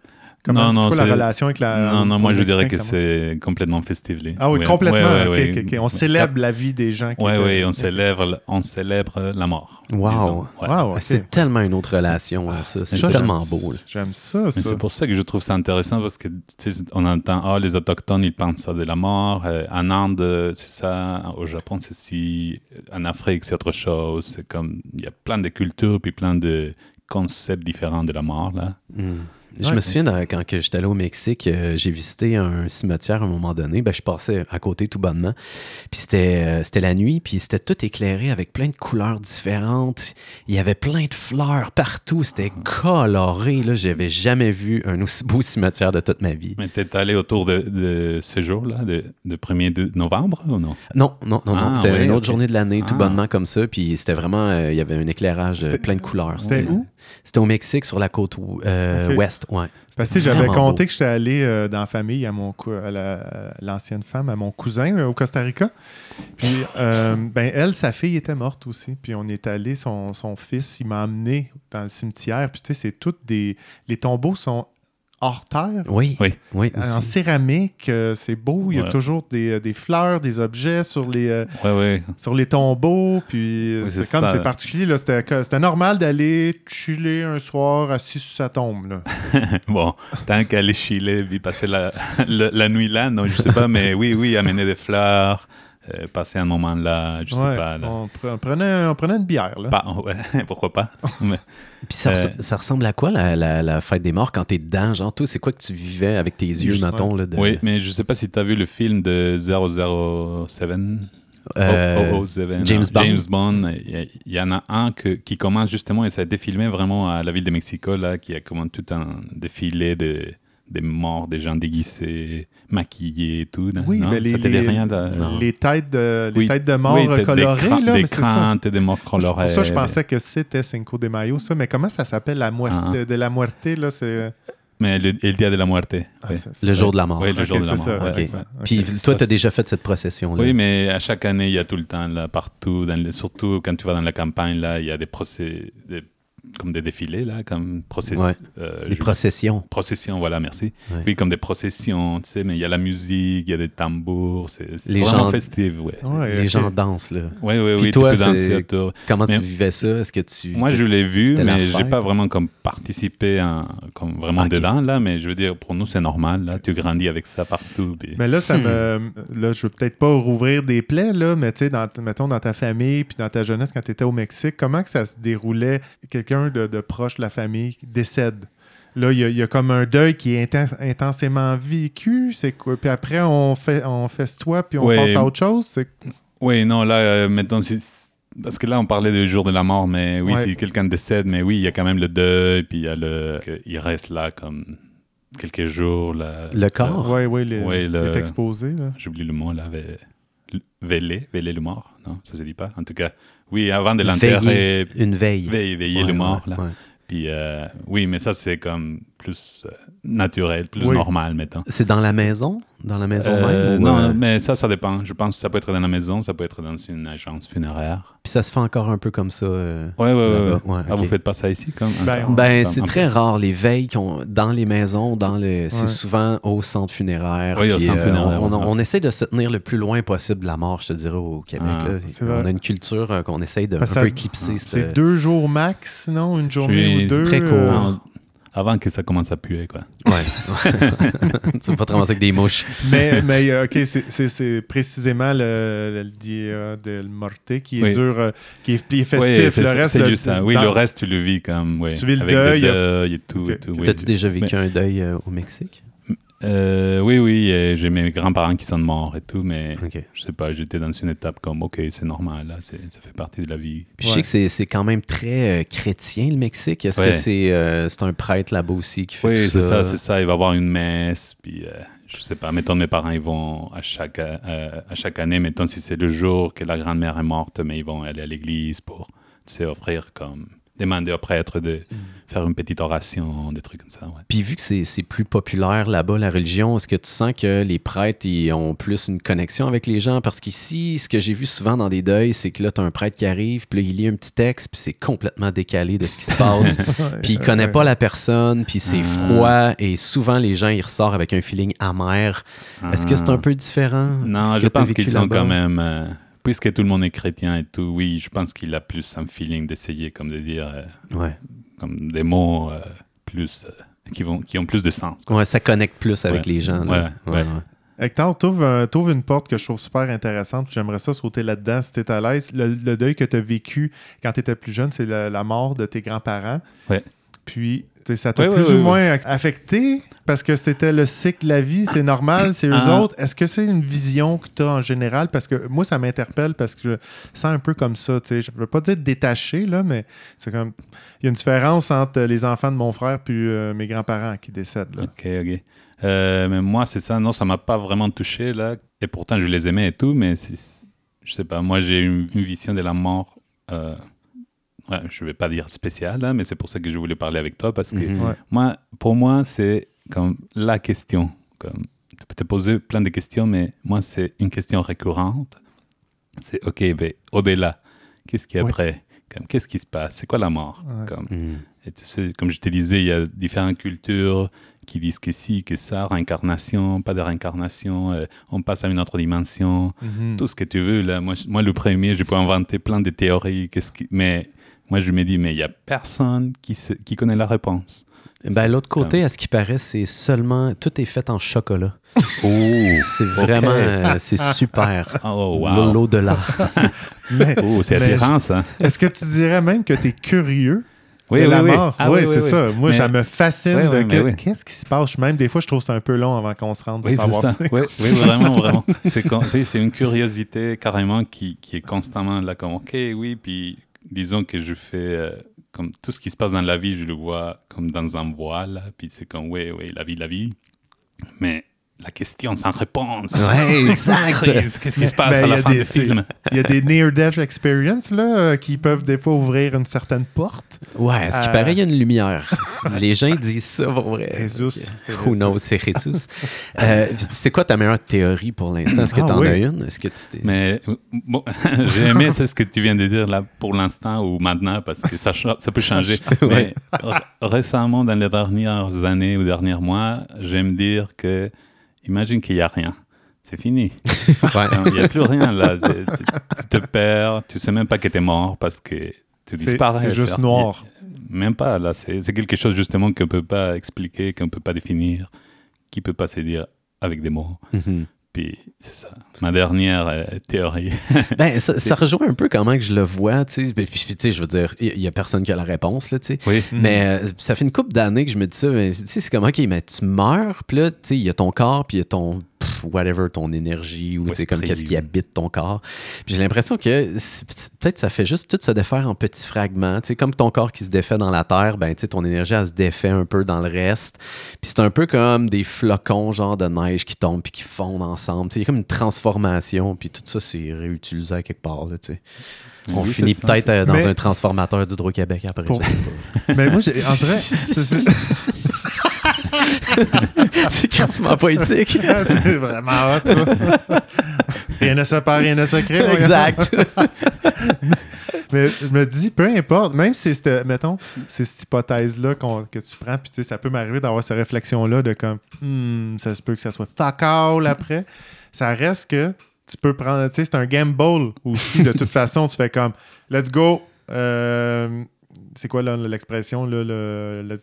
Comment Non, non, c'est quoi c'est- la relation avec la. non, non, moi Euh, le je dirais Mexicain, que comment? c'est complètement festif. Ah oui, complètement. Ouais, ouais, ok, ouais. ok, ok. On célèbre la vie des gens. qui Ouais, étaient- ouais, on célèbre, on célèbre la mort. Wow. disons. Ouais. Wow, ok. C'est tellement une autre relation, hein, ça. C'est Ça, tellement j'aime- beau. là. J'aime ça, Mais ça. C'est pour ça que je trouve ça intéressant parce que tu sais, on entend ah les autochtones ils pensent à de la mort Euh, en Inde euh, c'est ça au Japon c'est si en Afrique c'est autre chose c'est comme il y a plein de cultures puis plein de concepts différents de la mort là Mm. Ouais, je me souviens euh, quand que j'étais allé au Mexique, euh, j'ai visité un cimetière à un moment donné. Ben, je passais à côté tout bonnement. Puis c'était euh, c'était la nuit, puis c'était tout éclairé avec plein de couleurs différentes. Il y avait plein de fleurs partout. C'était coloré. Là, j'avais jamais vu un aussi beau cimetière de toute ma vie. mais t'es allé autour de, de ce jour là de, de 1er de novembre ou non Non, non, non, non. Ah, C'était ouais, une autre ok. journée de l'année, tout Ah. bonnement comme ça. Puis c'était vraiment, euh, il y avait un éclairage de C'était- plein de couleurs. c'était où? C'était au Mexique, sur la côte ou- euh, Ok. ouest, ouais. Parce que tu sais, j'avais Vraiment compté beau. que j'étais allé euh, dans la famille à mon cou- à la- à l'ancienne femme, à mon cousin euh, au Costa Rica. Puis, euh, ben, elle, sa fille était morte aussi. Puis, on est allé, son, son fils, il m'a amené dans le cimetière. Puis, tu sais, c'est toutes des. Les tombeaux sont hors terre. Oui, oui, Oui. aussi. Ah, En céramique, euh, c'est beau. Il y a Ouais. toujours des, euh, des fleurs, des objets sur les, euh, ouais ouais sur les tombeaux. Puis euh, Oui, c'est c'est comme ça. c'est particulier. là. C'était que- c'était normal d'aller chiller un soir assis sur sa tombe. là. bon tant qu'à aller chiller puis passer la, le- la nuit là non je sais pas mais oui oui amener des fleurs euh, passer un moment là je sais Ouais, pas là. On, pre- on prenait, on prenait une bière. Là. Pas- ouais, pourquoi pas Mais- Puis ça, res- Euh, ça ressemble à quoi la, la- la fête des morts quand t'es dedans? Genre, toi, c'est quoi que tu vivais avec tes yeux, Juste- mettons? Là, de- Oui, mais je sais pas si tu as vu le film de 007. Oh, Euh, 007, James non, Bond. hein. James Bond. Il y a- il y, en a un que- qui commence justement, et ça a été filmé vraiment à la ville de Mexico, là, qui a comme tout un défilé de, des morts, des gens déguisés, maquillés et tout. non? Oui, Non? mais les- Ça te dit les- rien, là? Non. Les têtes de, les Oui. têtes de mort Oui, t'as des colorées. cra- là, des mais c'est ça. craintes et des morts Pour colorées. ça, je pensais que c'était Cinco de Mayo, ça. Mais comment ça s'appelle, la muerte, Ah. de, de la muerte, là, c'est... Mais le, le Dia de la Muerte. Ah, oui. c'est- c'est- Le jour de la mort. Oui, le Ok, jour de c'est la mort. ça, ouais. ok. ça. Ok. Puis c'est toi, ça, t'as c'est- déjà fait cette procession-là. Oui, mais à chaque année, il y a tout le temps, là, partout, dans les- surtout quand tu vas dans la campagne, là, il y a des procès, des- comme des défilés, là, comme process, Ouais. euh, Les je- processions. processions, voilà, merci. Ouais. Oui, comme des processions, tu sais, mais il y a la musique, il y a des tambours, c'est c'est Les vraiment gens- festif, ouais. Ouais, Les ok. gens dansent, là. Oui, oui, Puis oui, toi, tu peux danser c'est- autour. Comment Mais- tu vivais ça? Est-ce que tu... Moi, je l'ai vu, c'était la mais j'ai fête. pas vraiment comme participé en- comme vraiment Ok. dedans, là, mais je veux dire, pour nous, c'est normal, là, tu grandis avec ça partout. puis- Mais là, ça me. Là, je veux peut-être pas rouvrir des plaies, là, mais tu sais, dans- mettons, dans ta famille, puis dans ta jeunesse, quand tu étais au Mexique, comment que ça se déroulait? Quelqu'un de, de proche de la famille décède. Là, il y, a- il y a comme un deuil qui est inten- intensément vécu, c'est quoi? Puis après, on fait on festoie, puis on Ouais. passe à autre chose. c'est- Oui, non, là, euh, maintenant, si- parce que là, on parlait du jour de la mort, mais oui, Ouais. si quelqu'un décède, mais oui, il y a quand même le deuil, puis il y a le. que- Il reste là comme quelques jours. Là, Le corps? Ouais, ouais, les, Ouais, le- les exposés, là. Euh, J'oublie le mot, là. ve- l- Vélé, vélé le mort, non Ça se dit pas En tout cas, oui, avant de l'enterrer, Veiller. Une veille. veiller, veiller Ouais, le mort, ouais, là. ouais. Puis, euh, oui, mais ça, c'est comme plus euh, naturel, plus Oui. normal, mettons. C'est dans la maison? Dans la maison Euh, même? ou, non, euh, mais ça, ça dépend. Je pense que ça peut être dans la maison, ça peut être dans une agence funéraire. Puis ça se fait encore un peu comme ça? euh, Ouais, ouais, ouais. là-bas? ouais. Ah, vous ok. faites pas ça ici, comme Ben, encore? Ben, Comme c'est un très rare, les veilles qui ont, dans les maisons, dans le, c'est Ouais. souvent au centre funéraire. Oui, au puis, euh, centre funéraire, on, on- ouais. on essaie de se tenir le plus loin possible de la mort, je te dirais, au Québec. Ah, là. c'est On a vrai. une culture euh, qu'on essaie de Parce un que peu ça- Ah, éclipser. cette- C'est deux jours max, non? Une journée Puis, ou deux? très court. euh, Non, Avant que ça commence à puer, quoi. Ouais. tu vas pas te ramasser avec des mouches. mais, mais euh, OK, c'est- c'est c'est précisément le, le Dia del Morte qui est Oui. dur, euh, qui est, qui est Oui, festif. c'est le ça, reste, euh, c'est juste ça. Oui, dans- le reste, tu le vis comme. ouais, Tu vis le avec deuil, deuil et tout. Ok. et tout, oui. T'as-tu déjà vécu un deuil euh, au Mexique? Euh, oui, oui, euh, j'ai mes grands-parents qui sont morts et tout, mais OK. je sais pas, j'étais dans une étape comme, ok, c'est normal, là, c'est- ça fait partie de la vie. Puis je sais Ouais. que c'est- c'est quand même très euh, chrétien, le Mexique. Est-ce que Ouais. c'est euh, c'est un prêtre là-bas aussi qui fait Oui, tout c'est ça, c'est ça. Il va y avoir une messe, puis euh, je sais pas. Mettons, mes parents, ils vont à chaque, euh, à chaque année, mettons, si c'est le jour que la grand-mère est morte, mais ils vont aller à l'église pour, tu sais, offrir comme demander au prêtre de Mm. faire une petite oration, des trucs comme ça. ouais. Puis vu que c'est c'est plus populaire là-bas, la religion, est-ce que tu sens que les prêtres ils ont plus une connexion avec les gens? Parce qu'ici, ce que j'ai vu souvent dans des deuils, c'est que là, tu as un prêtre qui arrive, puis là, il lit un petit texte, puis c'est complètement décalé de ce qui se passe. puis il connaît pas la personne, puis c'est Ah. froid, et souvent, les gens, ils ressortent avec un feeling amer. Est-ce que c'est un Ah. peu différent? Non, Est-ce que je t'as pense vécu qu'ils sont là-bas? quand même. euh, puisque tout le monde est chrétien et tout, oui, je pense qu'il a plus un feeling d'essayer, comme de dire, euh, Ouais. comme des mots euh, plus. euh, qui, vont, qui ont plus de sens. quoi. Ouais, ça connecte plus avec Ouais. les gens. là. Ouais, ouais. Hector, t'ouvres un- t'ouvres une porte que je trouve super intéressante. puis J'aimerais ça sauter là-dedans si t'es à l'aise. Le, le deuil que t'as vécu quand t'étais plus jeune, c'est la, la mort de tes grands-parents. Ouais. Puis t'sais, ça t'a Ouais, plus ouais, ou ouais, moins ac- affecté parce que c'était le cycle de la vie, c'est normal, c'est eux Ah. autres. Est-ce que c'est une vision que t'as en général? Parce que moi, ça m'interpelle parce que je sens un peu comme ça. t'sais. Je veux pas dire détaché, là, mais c'est comme. Il y a une différence entre les enfants de mon frère puis euh, mes grands-parents qui décèdent. là. Ok, ok. Euh, mais moi, c'est ça. Non, ça m'a pas vraiment touché, là. Et pourtant, je les aimais et tout, mais c'est- je sais pas. Moi, j'ai une, une vision de la mort. euh, ouais, je vais pas dire spéciale, là, mais c'est pour ça que je voulais parler avec toi, parce que Mhm. Ouais. moi, pour moi, c'est comme la question. Comme, tu peux te poser plein de questions, mais moi, c'est une question récurrente. C'est OK, ben, au-delà, qu'est-ce qui est Ouais. après Comme, Qu'est-ce qui se passe C'est quoi la mort Ouais. Comme, Mhm. et tu sais, comme je te disais, il y a différentes cultures qui disent que si, que ça, réincarnation, pas de réincarnation, euh, on passe à une autre dimension, Mhm. tout ce que tu veux. Là. Moi, je- moi, le premier, je peux inventer plein de théories, qu'est-ce qui- mais moi, je me dis, mais il n'y a personne qui, sait- qui connaît la réponse. Ben, l'autre côté, à ce qui paraît, c'est seulement. Tout est fait en chocolat. Oh. C'est Ok. vraiment. euh, c'est super. Oh, wow. L'eau de l'art. Mais- Oh, c'est Mais- attirant, ça. Est-ce que tu dirais même que tu es curieux Oui, de oui, la oui. mort? Ah oui, oui, c'est oui, ça. Moi, Mais- ça me fascine Oui, oui, de mais que- oui. qu'est-ce qui se passe. Même des fois, je trouve que c'est un peu long avant qu'on se rende pour Oui, c'est savoir ça. ça. Oui, oui, vraiment, vraiment. C'est con- c'est c'est une curiosité carrément qui, qui est constamment là, comme OK, oui, puis disons que je fais euh, comme tout ce qui se passe dans la vie, je le vois comme dans un voile, puis c'est comme oui, oui, la vie, la vie. Mais la question sans réponse. Ouais, exact. Crise, Qu'est-ce qui se passe Ben, il à y la a fin des- du film Il y a des near-death experiences là, euh, qui peuvent des fois ouvrir une certaine porte. Ouais, à ce qui Euh. paraît, il y a une lumière. Les gens ils disent ça pour vrai. Jesus, c'est Who knows, c'est Jesus. Euh, c'est quoi ta meilleure théorie pour l'instant? Est-ce que Ah t'en oui. as une? Est-ce que tu t'es- Mais euh, bon, j'ai aimé c'est ce que tu viens de dire là pour l'instant ou maintenant parce que ça, cha- ça peut changer. Mais r- récemment, dans les dernières années ou derniers mois, j'aime dire que imagine qu'il n'y a rien. C'est fini. Ouais. Il n'y a plus rien là. Tu- Tu, tu te perds, tu sais même pas que tu es mort parce que tu C'est disparais. c'est juste certes. noir. Même pas là. C'est c'est quelque chose justement qu'on ne peut pas expliquer, qu'on ne peut pas définir, qui ne peut pas se dire avec des mots. Mhm. Puis c'est ça. Ma dernière euh, théorie. Ben, ça, ça rejoint un peu comment que je le vois, tu sais. Puis, puis, tu sais, je veux dire, il n'y a personne qui a la réponse, là, tu sais. Oui. Mais euh, ça fait une couple d'années que je me dis ça. mais tu sais, c'est comme, OK, mais tu meurs, puis là, tu sais, il y a ton corps, puis il y a ton, pff, whatever, ton énergie, ou Ou tu sais, comme esprit, qu'est-ce qui ou- habite ton corps. Puis j'ai l'impression que c'est- c'est- peut-être ça fait juste tout se défaire en petits fragments. Tu sais, comme ton corps qui se défait dans la terre, ben, tu sais, ton énergie, elle se défait un peu dans le reste. Puis c'est un peu comme des flocons, genre de neige qui tombent, puis qui fondent ensemble. Tu sais, il y a comme une transformation, puis tout ça, c'est réutilisé à quelque part, là, tu sais. On Oui, finit c'est ça, peut-être c'est- euh, dans Mais- un transformateur d'Hydro-Québec après. Pour- je sais Mais moi, j'ai- en vrai, c'est- c'est c'est quasiment poétique. c'est vraiment hot. ça. rien ne se perd, rien ne se crée. voyons. exact. Mais je me dis, peu importe, même si c'est cette- mettons, c'est cette hypothèse-là qu'on- que tu prends, puis tu sais, ça peut m'arriver d'avoir cette réflexion-là de comme, Hmm, ça se peut que ça soit fuck all après. Ça reste que tu peux prendre, tu sais, c'est un game ball aussi. De toute façon, tu fais comme, let's go. euh, c'est quoi là, l'expression, là, le, le-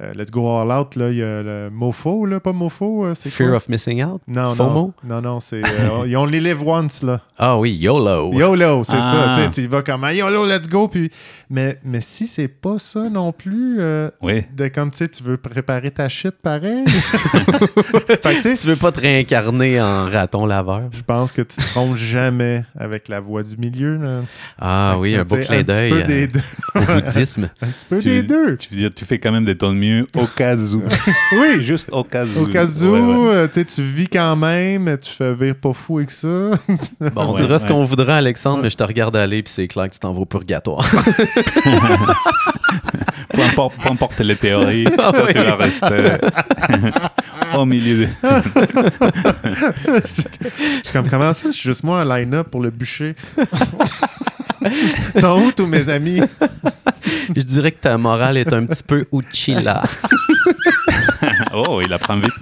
euh, let's go all out, là, il y a le mofo, là, pas mofo, euh, c'est Fear quoi? of missing out? Non, FOMO? non, non, non, c'est, euh, on- ils ont les live once, là. Ah oui, YOLO. YOLO, c'est Ah. ça. Tu, sais, tu y vas comme ah, YOLO, let's go. Puis... Mais, mais si c'est pas ça non plus, euh, Oui. de comme tu sais, tu veux préparer ta shit pareil. fait que tu sais, Tu veux pas te réincarner en raton laveur? je pense que tu te trompes jamais avec la voix du milieu. man. Ah Fait que, oui, un tu beau sais, clin petit d'œil peu euh, des deux. au bouddhisme. Un petit peu des deux. Tu, veux dire, tu fais quand même de ton mieux au cas où. Oui! Juste au cas où. Au cas où, Ouais, ouais. euh, tu sais, tu vis quand même, tu fais vire pas fou avec ça. Bon, on Ouais, dira ce ouais. qu'on voudra, Alexandre, mais je te regarde aller, puis c'est clair que tu t'en vas au purgatoire. Peu importe, peu importe les théories, Ah toi, oui. tu vas rester au milieu de... Je suis comme, comment ça? Je suis juste moi en line-up pour le bûcher. Ils sont où tous mes amis? je dirais que ta morale est un petit peu Uchila. Oh, il apprend vite.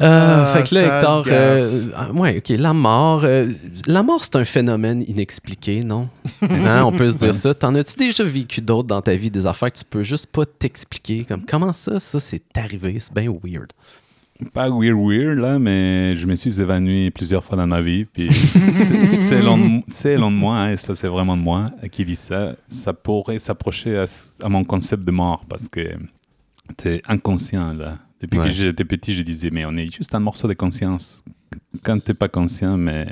Euh, Ah, fait que là, sale Hector, euh, gosse. ah, ouais, ok, la mort. euh, la mort, c'est un phénomène inexpliqué, non? Hein, on peut se dire ça. T'en as-tu déjà vécu d'autres dans ta vie, des affaires que tu peux juste pas t'expliquer? Comme comment ça, ça, c'est arrivé? C'est bien weird. Pas weird weird là, mais je me suis évanoui plusieurs fois dans ma vie. Puis c'est- selon, selon moi, hein, et ça c'est vraiment moi euh, qui dis ça, ça pourrait s'approcher à, s- à mon concept de mort parce que t'es inconscient là. Depuis Ouais. que j'étais petit, je disais mais on est juste un morceau de conscience. Quand t'es pas conscient, mais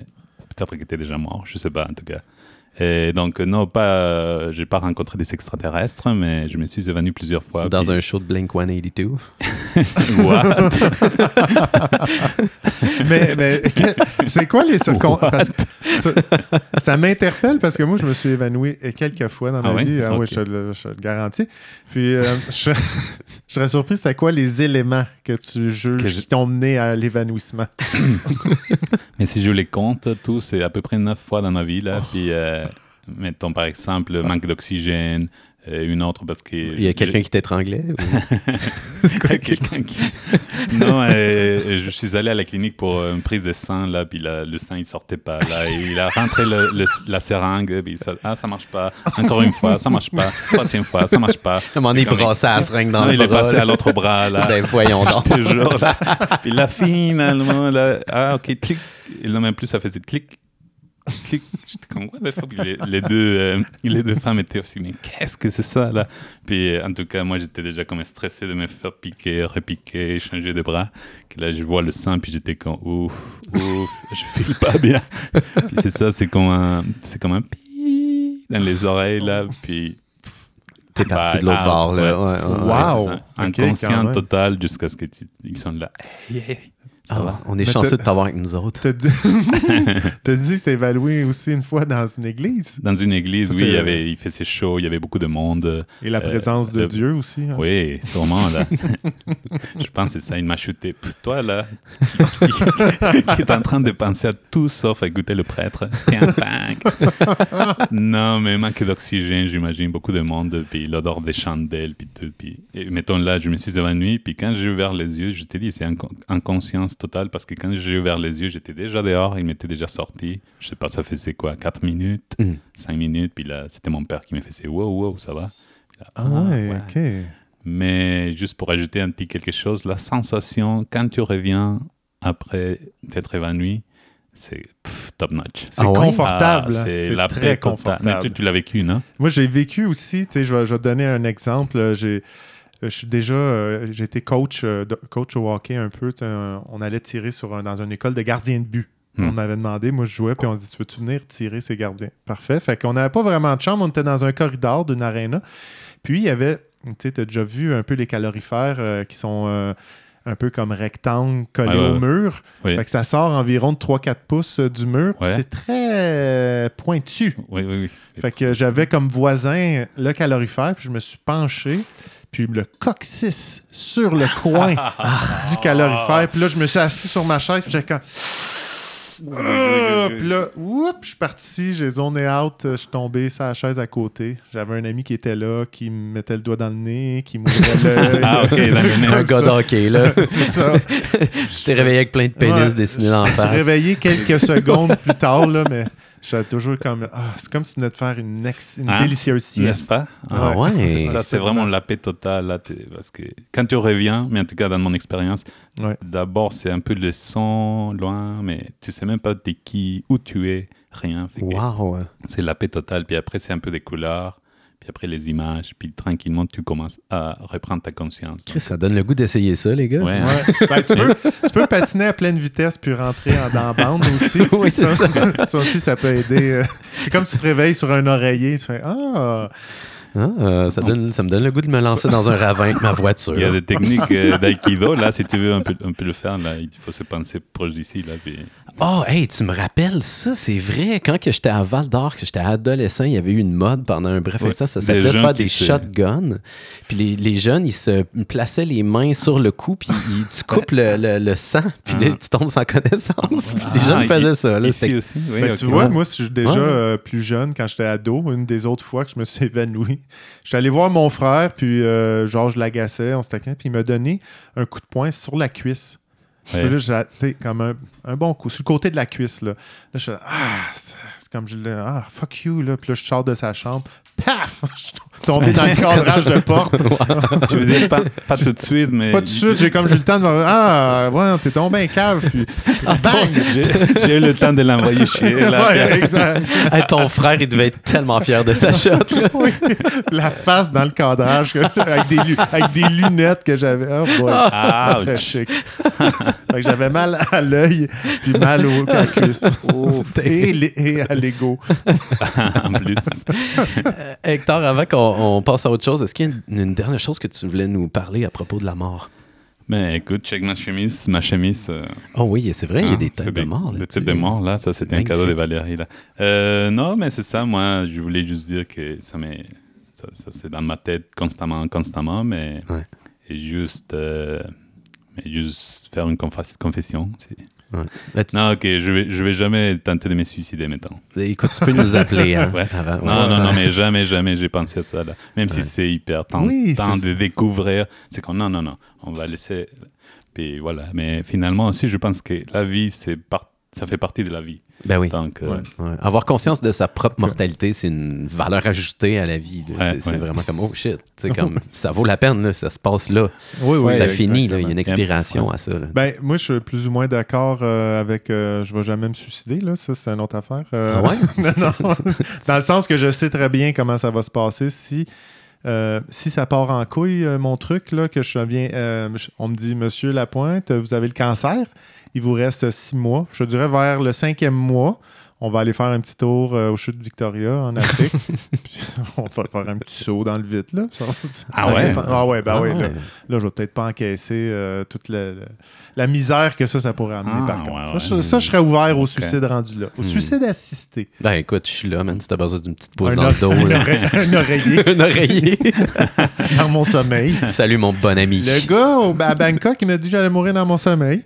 peut-être que t'es déjà mort, je sais pas en tout cas. Et donc non, pas, euh, j'ai pas rencontré des extraterrestres, mais je me suis évanoui plusieurs fois. dans puis- un show de Blink 182. What? Mais, mais que- c'est quoi les circonstances? Parce que ça, ça m'interpelle parce que moi, je me suis évanoui quelques fois dans ma Ah ouais? vie. Ah oui, Ok. je te le, je te le garantis. Puis, euh, je, je serais surpris, c'était quoi les éléments que tu juges Que je- qui t'ont mené à l'évanouissement? Mais si je les compte tous, c'est à peu près neuf fois dans ma vie. Oh. Là. Puis, euh, mettons par exemple, le manque d'oxygène, euh, une autre parce que. Ah. Il y a quelqu'un qui t'étranglait? ou- Quoi, quelqu'un qui- non, euh, je suis allé à la clinique pour une prise de sang, là, puis là, le sang, il sortait pas. Là, et il a rentré le- le- la seringue, puis ça, ah, ça marche pas. Encore une fois, ça marche pas. Troisième fois, ça marche pas. À un moment donné, il Comme- brassait la seringue dans Non, le il est bras, passé là. à l'autre Ah, bras, là. Ben, voyons donc. Je te jure, là. Puis là, finalement, là, ah, ok, clic. Et là, même plus, ça faisait clic, clic. J'étais comme, what the fuck? Les, les deux, euh, les deux femmes étaient aussi, mais qu'est-ce que c'est ça, là? Puis euh, en tout cas, moi, j'étais déjà comme stressé de me faire piquer, repiquer, changer de bras. Que là, je vois le sang, puis j'étais comme, ouf, ouf, je file pas bien. puis c'est ça, c'est comme un, c'est comme un pi dans les oreilles, là. Puis. T'es parti de l'autre out, bord, là. ouais. Ouais, ouais, ouais. Wow. Ouais, c'est ça. Ok, quand Inconscient même. total jusqu'à ce qu'ils sont là. Ah, on est Mais chanceux t'as- de t'avoir avec nous autres. T'as dit, t'as dit que t'es évanoui aussi une fois dans une église. Dans une église, Ça, oui, il, c'est- y avait, il faisait chaud, il y avait beaucoup de monde. Et la Euh, présence de le- Dieu aussi. hein. Oui, sûrement, là. Je pense que c'est ça, il m'a chuté. Puis Toi, là, qui, qui est en train de penser à tout sauf à écouter le prêtre. T'es un punk. Non, mais manque d'oxygène, j'imagine, beaucoup de monde, puis l'odeur des chandelles, puis tout. Puis, et mettons là, je me suis évanoui, puis quand j'ai ouvert les yeux, je t'ai dit, c'est inco- inconscience totale, parce que quand j'ai ouvert les yeux, j'étais déjà dehors, il m'était déjà sorti. Je sais pas, ça faisait quoi, 4 minutes, Mm. 5 minutes, puis là, c'était mon père qui me faisait, wow, wow, ça va. Puis là, Ah ouais, ouais. ok. Mais juste pour ajouter un petit quelque chose, la sensation quand tu reviens après t'être évanoui, c'est pff, top notch. C'est Ah ouais? Ah, confortable. hein. c'est c'est l'après très confortable. confortable. Mais tu, tu l'as vécu, non Moi, j'ai vécu aussi, tu sais, je vais, je vais te donner un exemple. euh, J'ai, euh, je suis déjà, euh, j'ai été coach, euh, de- coach au hockey un peu. tu sais, euh, On allait tirer sur un- dans une école de gardiens de but. Hmm. On m'avait demandé, moi je jouais, puis on dit Tu veux-tu venir tirer ces gardiens Parfait. Fait qu'on n'avait pas vraiment de chambre, on était dans un corridor d'une aréna. Puis il y avait, tu sais, t'as déjà vu un peu les calorifères euh, qui sont euh, un peu comme rectangles collés Ouais, ouais, au ouais. mur. Oui. Fait que ça sort environ de 3-4 pouces euh, du mur. puis Ouais. C'est très euh, pointu. Oui, oui, oui. Fait que euh, j'avais comme voisin le calorifère, puis je me suis penché, puis le coccyx sur le coin du calorifère. Puis là, je me suis assis sur ma chaise, puis j'ai comme... Ah! Puis là, oups, je suis parti, j'ai zoné out, euh, je suis tombé sur la chaise à côté. J'avais un ami qui était là, qui me mettait le doigt dans le nez, qui m'ouvrait l'œil. Ah, ok, dans le nez. Un gars d'hockey, là. C'est ça. Je t'ai réveillé avec plein de pénis Ouais, dessinés dans la Je me suis face. réveillé quelques secondes plus tard, là, mais j'avais toujours comme... Ah, c'est comme si tu venais de faire une, ex- une Hein? délicieuse N'est-ce sieste. pas Ah Ouais. ouais. C'est ça, c'est vraiment la paix totale. là, t'es- parce que quand tu reviens, mais en tout cas dans mon expérience, Ouais. d'abord c'est un peu le son, loin, mais tu sais même pas t'es qui, où tu es, rien. Fait que Wow. C'est la paix totale. Puis après, c'est un peu des couleurs. puis après les images, puis tranquillement, tu commences à reprendre ta conscience. Chris, ça donne le goût d'essayer ça, les gars. Ouais, hein. Ouais. Ben, tu, peux, tu peux patiner à pleine vitesse puis rentrer en, dans la bande aussi. Oui, c'est ça aussi, ça peut aider. euh. C'est comme tu te réveilles sur un oreiller. Tu fais Ah, Ah, euh, ça, donne, ça me donne le goût de me lancer dans un ravin avec ma voiture. Il y a des techniques euh, d'aïkido, là, si tu veux un peu, un peu le faire, là, il faut se penser proche d'ici, là, puis Oh, hey, tu me rappelles ça, c'est vrai. Quand que j'étais à Val d'Or, que j'étais adolescent, il y avait eu une mode pendant un bref Ouais, instant, ça des s'appelait se gens faire qui des se- shotguns. Puis les, les jeunes, ils se plaçaient les mains sur le cou, puis ils- tu coupes le, le- le sang, puis là, tu tombes sans connaissance. Puis les Ah, jeunes i- faisaient ça. Là, ici c'était- aussi, oui, Ben, ok. tu vois, moi, si je- déjà Ouais. euh, plus jeune, quand j'étais ado, une des autres fois que je me suis évanoui, j'étais allé voir mon frère, puis euh, genre, je l'agaçais, on se taquinait, puis il m'a donné un coup de poing sur la cuisse. Ouais. Puis là, j'ai, tu sais, comme un, un bon coup, sur le côté de la cuisse, là. Là, je suis là, ah, c'est- c'est comme je l'ai, ah, fuck you, là. Puis là, je sors de sa chambre, paf, je suis tombé dans le cadrage de porte. Tu veux dire pas, pas tout de suite, mais. Pas tout de suite, j'ai comme eu le temps de. Ah, ouais, t'es tombé en cave, puis bang! J'ai j'ai eu le temps de l'envoyer chier, là. Ouais, exact. Hey, ton frère, il devait être tellement fier de sa shot. là. Oui, la face dans le cadrage que- avec, des, lu- avec des lunettes que j'avais. Oh boy, Ah, très chic. Fait que j'avais mal à l'œil puis mal au à la cuisse. et, les- et à l'ego. en plus. Euh, Hector, avant qu'on on passe à autre chose, est-ce qu'il y a une, une dernière chose que tu voulais nous parler à propos de la mort? Mais écoute, check ma chemise, ma chemise. euh, Oh oui, c'est vrai, il y a hein, des c'est têtes de mort. là, Des tu sais. têtes de mort, là, ça c'était un cadeau de Magnifique. Valérie, là. Euh, non, mais c'est ça, moi, je voulais juste dire que ça m'est. Ça, ça, c'est dans ma tête constamment, constamment, mais. Ouais. Et juste. euh, mais juste faire une confas- confession. c'est- Ouais. Là, Ben, tu- ben, Non, ok, je vais, je vais jamais tenter de me suicider maintenant. Écoute, tu peux nous appeler hein, Ouais. avant. ouais. Non, non, non, mais jamais, jamais j'ai pensé à ça. Là. Même si c'est hyper tentant Oui, c'est- de découvrir, c'est qu'on non, non, non, on va laisser. Puis voilà. Mais finalement aussi, je pense que la vie, c'est par- ça fait partie de la vie. Ben oui. Donc, euh, Ouais. Avoir conscience de sa propre mortalité, c'est une valeur ajoutée à la vie. là. Ouais, Tu sais, C'est ouais. vraiment comme, oh shit, tu sais, comme, ça vaut la peine, là, ça se passe là. Oui, ça exactement. finit, là, il y a une expiration à ça. là. Ben, moi, je suis plus ou moins d'accord euh, avec euh, je vais jamais me suicider, là. Ça, c'est une autre affaire. Euh, Ah ouais? non, non. Dans le sens que je sais très bien comment ça va se passer si. euh, si ça part en couille, euh, mon truc, là, que je viens, euh, je- on me dit, Monsieur Lapointe, euh, vous avez le cancer, il vous reste six mois. Je dirais vers le cinquième mois, on va aller faire un petit tour euh, aux chutes Victoria en Afrique. Puis on va faire un petit saut dans le vide, là. Ça va- Ah ouais? Ah ouais, ben Ah oui, ouais. là. Là, je vais peut-être pas encaisser euh, toute la, la- la misère que ça, ça pourrait amener, Ah, par ouais, contre. ouais. Ça, je, ça, je serais ouvert au Ok. suicide rendu là. Au Hmm. suicide assisté. Ben écoute, je suis là, man, si t'as besoin d'une petite pause Un dans le dos. ore- un, là. ore- un oreiller Un oreiller. dans mon sommeil. Salut mon bon ami. Le gars au- à Bangkok, il m'a dit que j'allais mourir dans mon sommeil.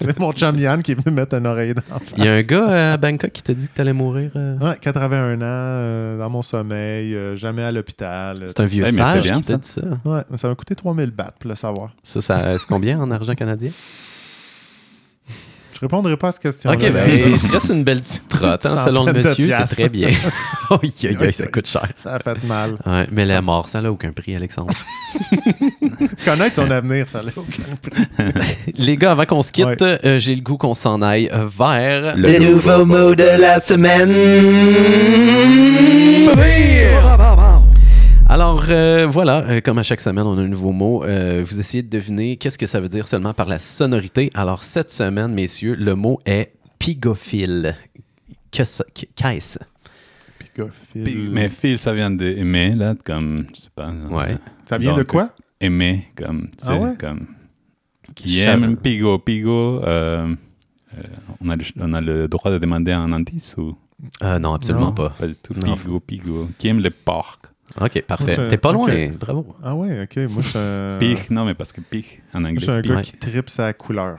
C'est mon chum Yann qui est venu mettre un oreiller dans Il y a un gars euh, à Bangkok qui t'a dit que t'allais mourir. euh, Ouais, 81 ans, euh, dans mon sommeil, euh, jamais à l'hôpital. Euh, C'est un vieux Eh, mais c'est sage bien, qui t'a ça. dit ça. Ouais, ça m'a coûté 3000 bahts pour le savoir. Ça, ça euh, c'est combien en argent canadien? Je répondrai pas à cette question. Ok, ben, il te reste une belle petite trotte, hein, selon le Centaine de monsieur, c'est piastres. très bien. Oh, aïe, aïe, ça coûte cher. Ça a fait mal. Ouais, mais la mort, ça n'a aucun prix, Alexandre. Connaître son avenir, ça l'a aucun Les gars, avant qu'on se quitte, Ouais. euh, j'ai le goût qu'on s'en aille vers Le nouveau mot de la semaine. Alors euh, voilà, euh, comme à chaque semaine, on a un nouveau mot. Euh, vous essayez de deviner qu'est-ce que ça veut dire seulement par la sonorité. Alors cette semaine, messieurs, le mot est pigophile. Que ça- que- Qu'est-ce? picophile. mais Phil, ça vient de aimer, là, comme, je sais pas. Ouais. Ça vient euh, de Donc, quoi? Aimer, comme, tu sais, Ah ouais? comme. Qui Chame- aime, pigo, pigo. euh, euh, on, a le, on a le droit de demander un indice ou Euh, non, absolument Non. pas. pas du tout? Non. Pigo, pigo. Qui aime le porc? Ok, parfait. Je- T'es pas loin, ok. bravo. Ah ouais, ok. Moi, je suis un, moi, Pig, non, mais parce que pig en je anglais. suis Euh. un pig. gars Ouais. qui tripe sa couleur.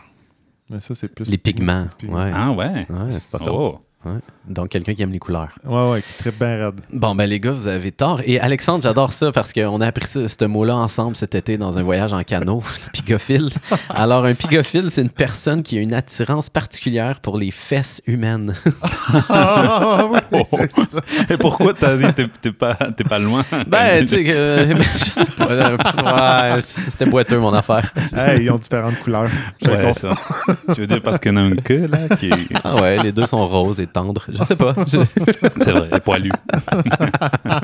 Mais ça, c'est plus. Les pigments. pig- Ouais. Ah ouais? Ouais, c'est pas comme. Oh! Ouais. Donc quelqu'un qui aime les couleurs. Ouais, ouais, qui tripe bien raide. Bon, ben les gars, vous avez tort. Et Alexandre, j'adore ça parce qu'on a appris ça- ce mot-là ensemble cet été dans un voyage en canot, le pigophile. Alors, un pigophile, c'est une personne qui a une attirance particulière pour les fesses humaines. Ah, ouais, c'est ça. Et pourquoi t'as dit t'es- t'es pas, t'es pas loin? Ben, tu sais, que- je sais pas. euh, ouais, c'était boiteux, mon affaire. Hey, ils ont différentes couleurs. Je Ouais, conf- ça. Tu veux dire parce qu'il y en a un queue, là, qui Ah ouais, les deux sont roses et tendres. Je sais pas. Je- C'est vrai, est poilu.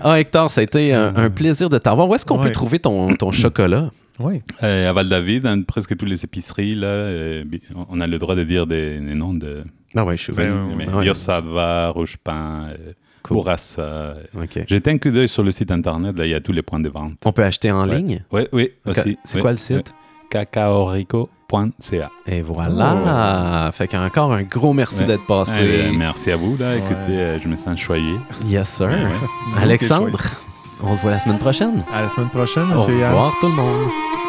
Ah, Hector, ça a été un, un plaisir de t'avoir. Où est-ce qu'on peut Ouais. trouver ton, ton chocolat? Oui. Euh, à Val-David, dans presque toutes les épiceries, là, euh, bi- on a le droit de dire des, des noms de. Ah ouais, je suis Mais venu. ouais. Yossava, Rouge-Pain, euh, Cool. Bourassa. OK. Jeté un coup d'œil sur le site internet, là, il y a tous les points de vente. On peut acheter en ligne? Oui, oui, Ca- aussi. C'est oui, quoi le site? oui. cacaorico.ca. Et voilà! Fait qu'encore un gros merci Ouais. d'être passé. Euh, merci à vous, là. Ouais. Écoutez, euh, je me sens choyé. Yes, sir. Ouais. Alexandre, on se voit la semaine prochaine. À la semaine prochaine, Au monsieur Yann. revoir tout le monde. Au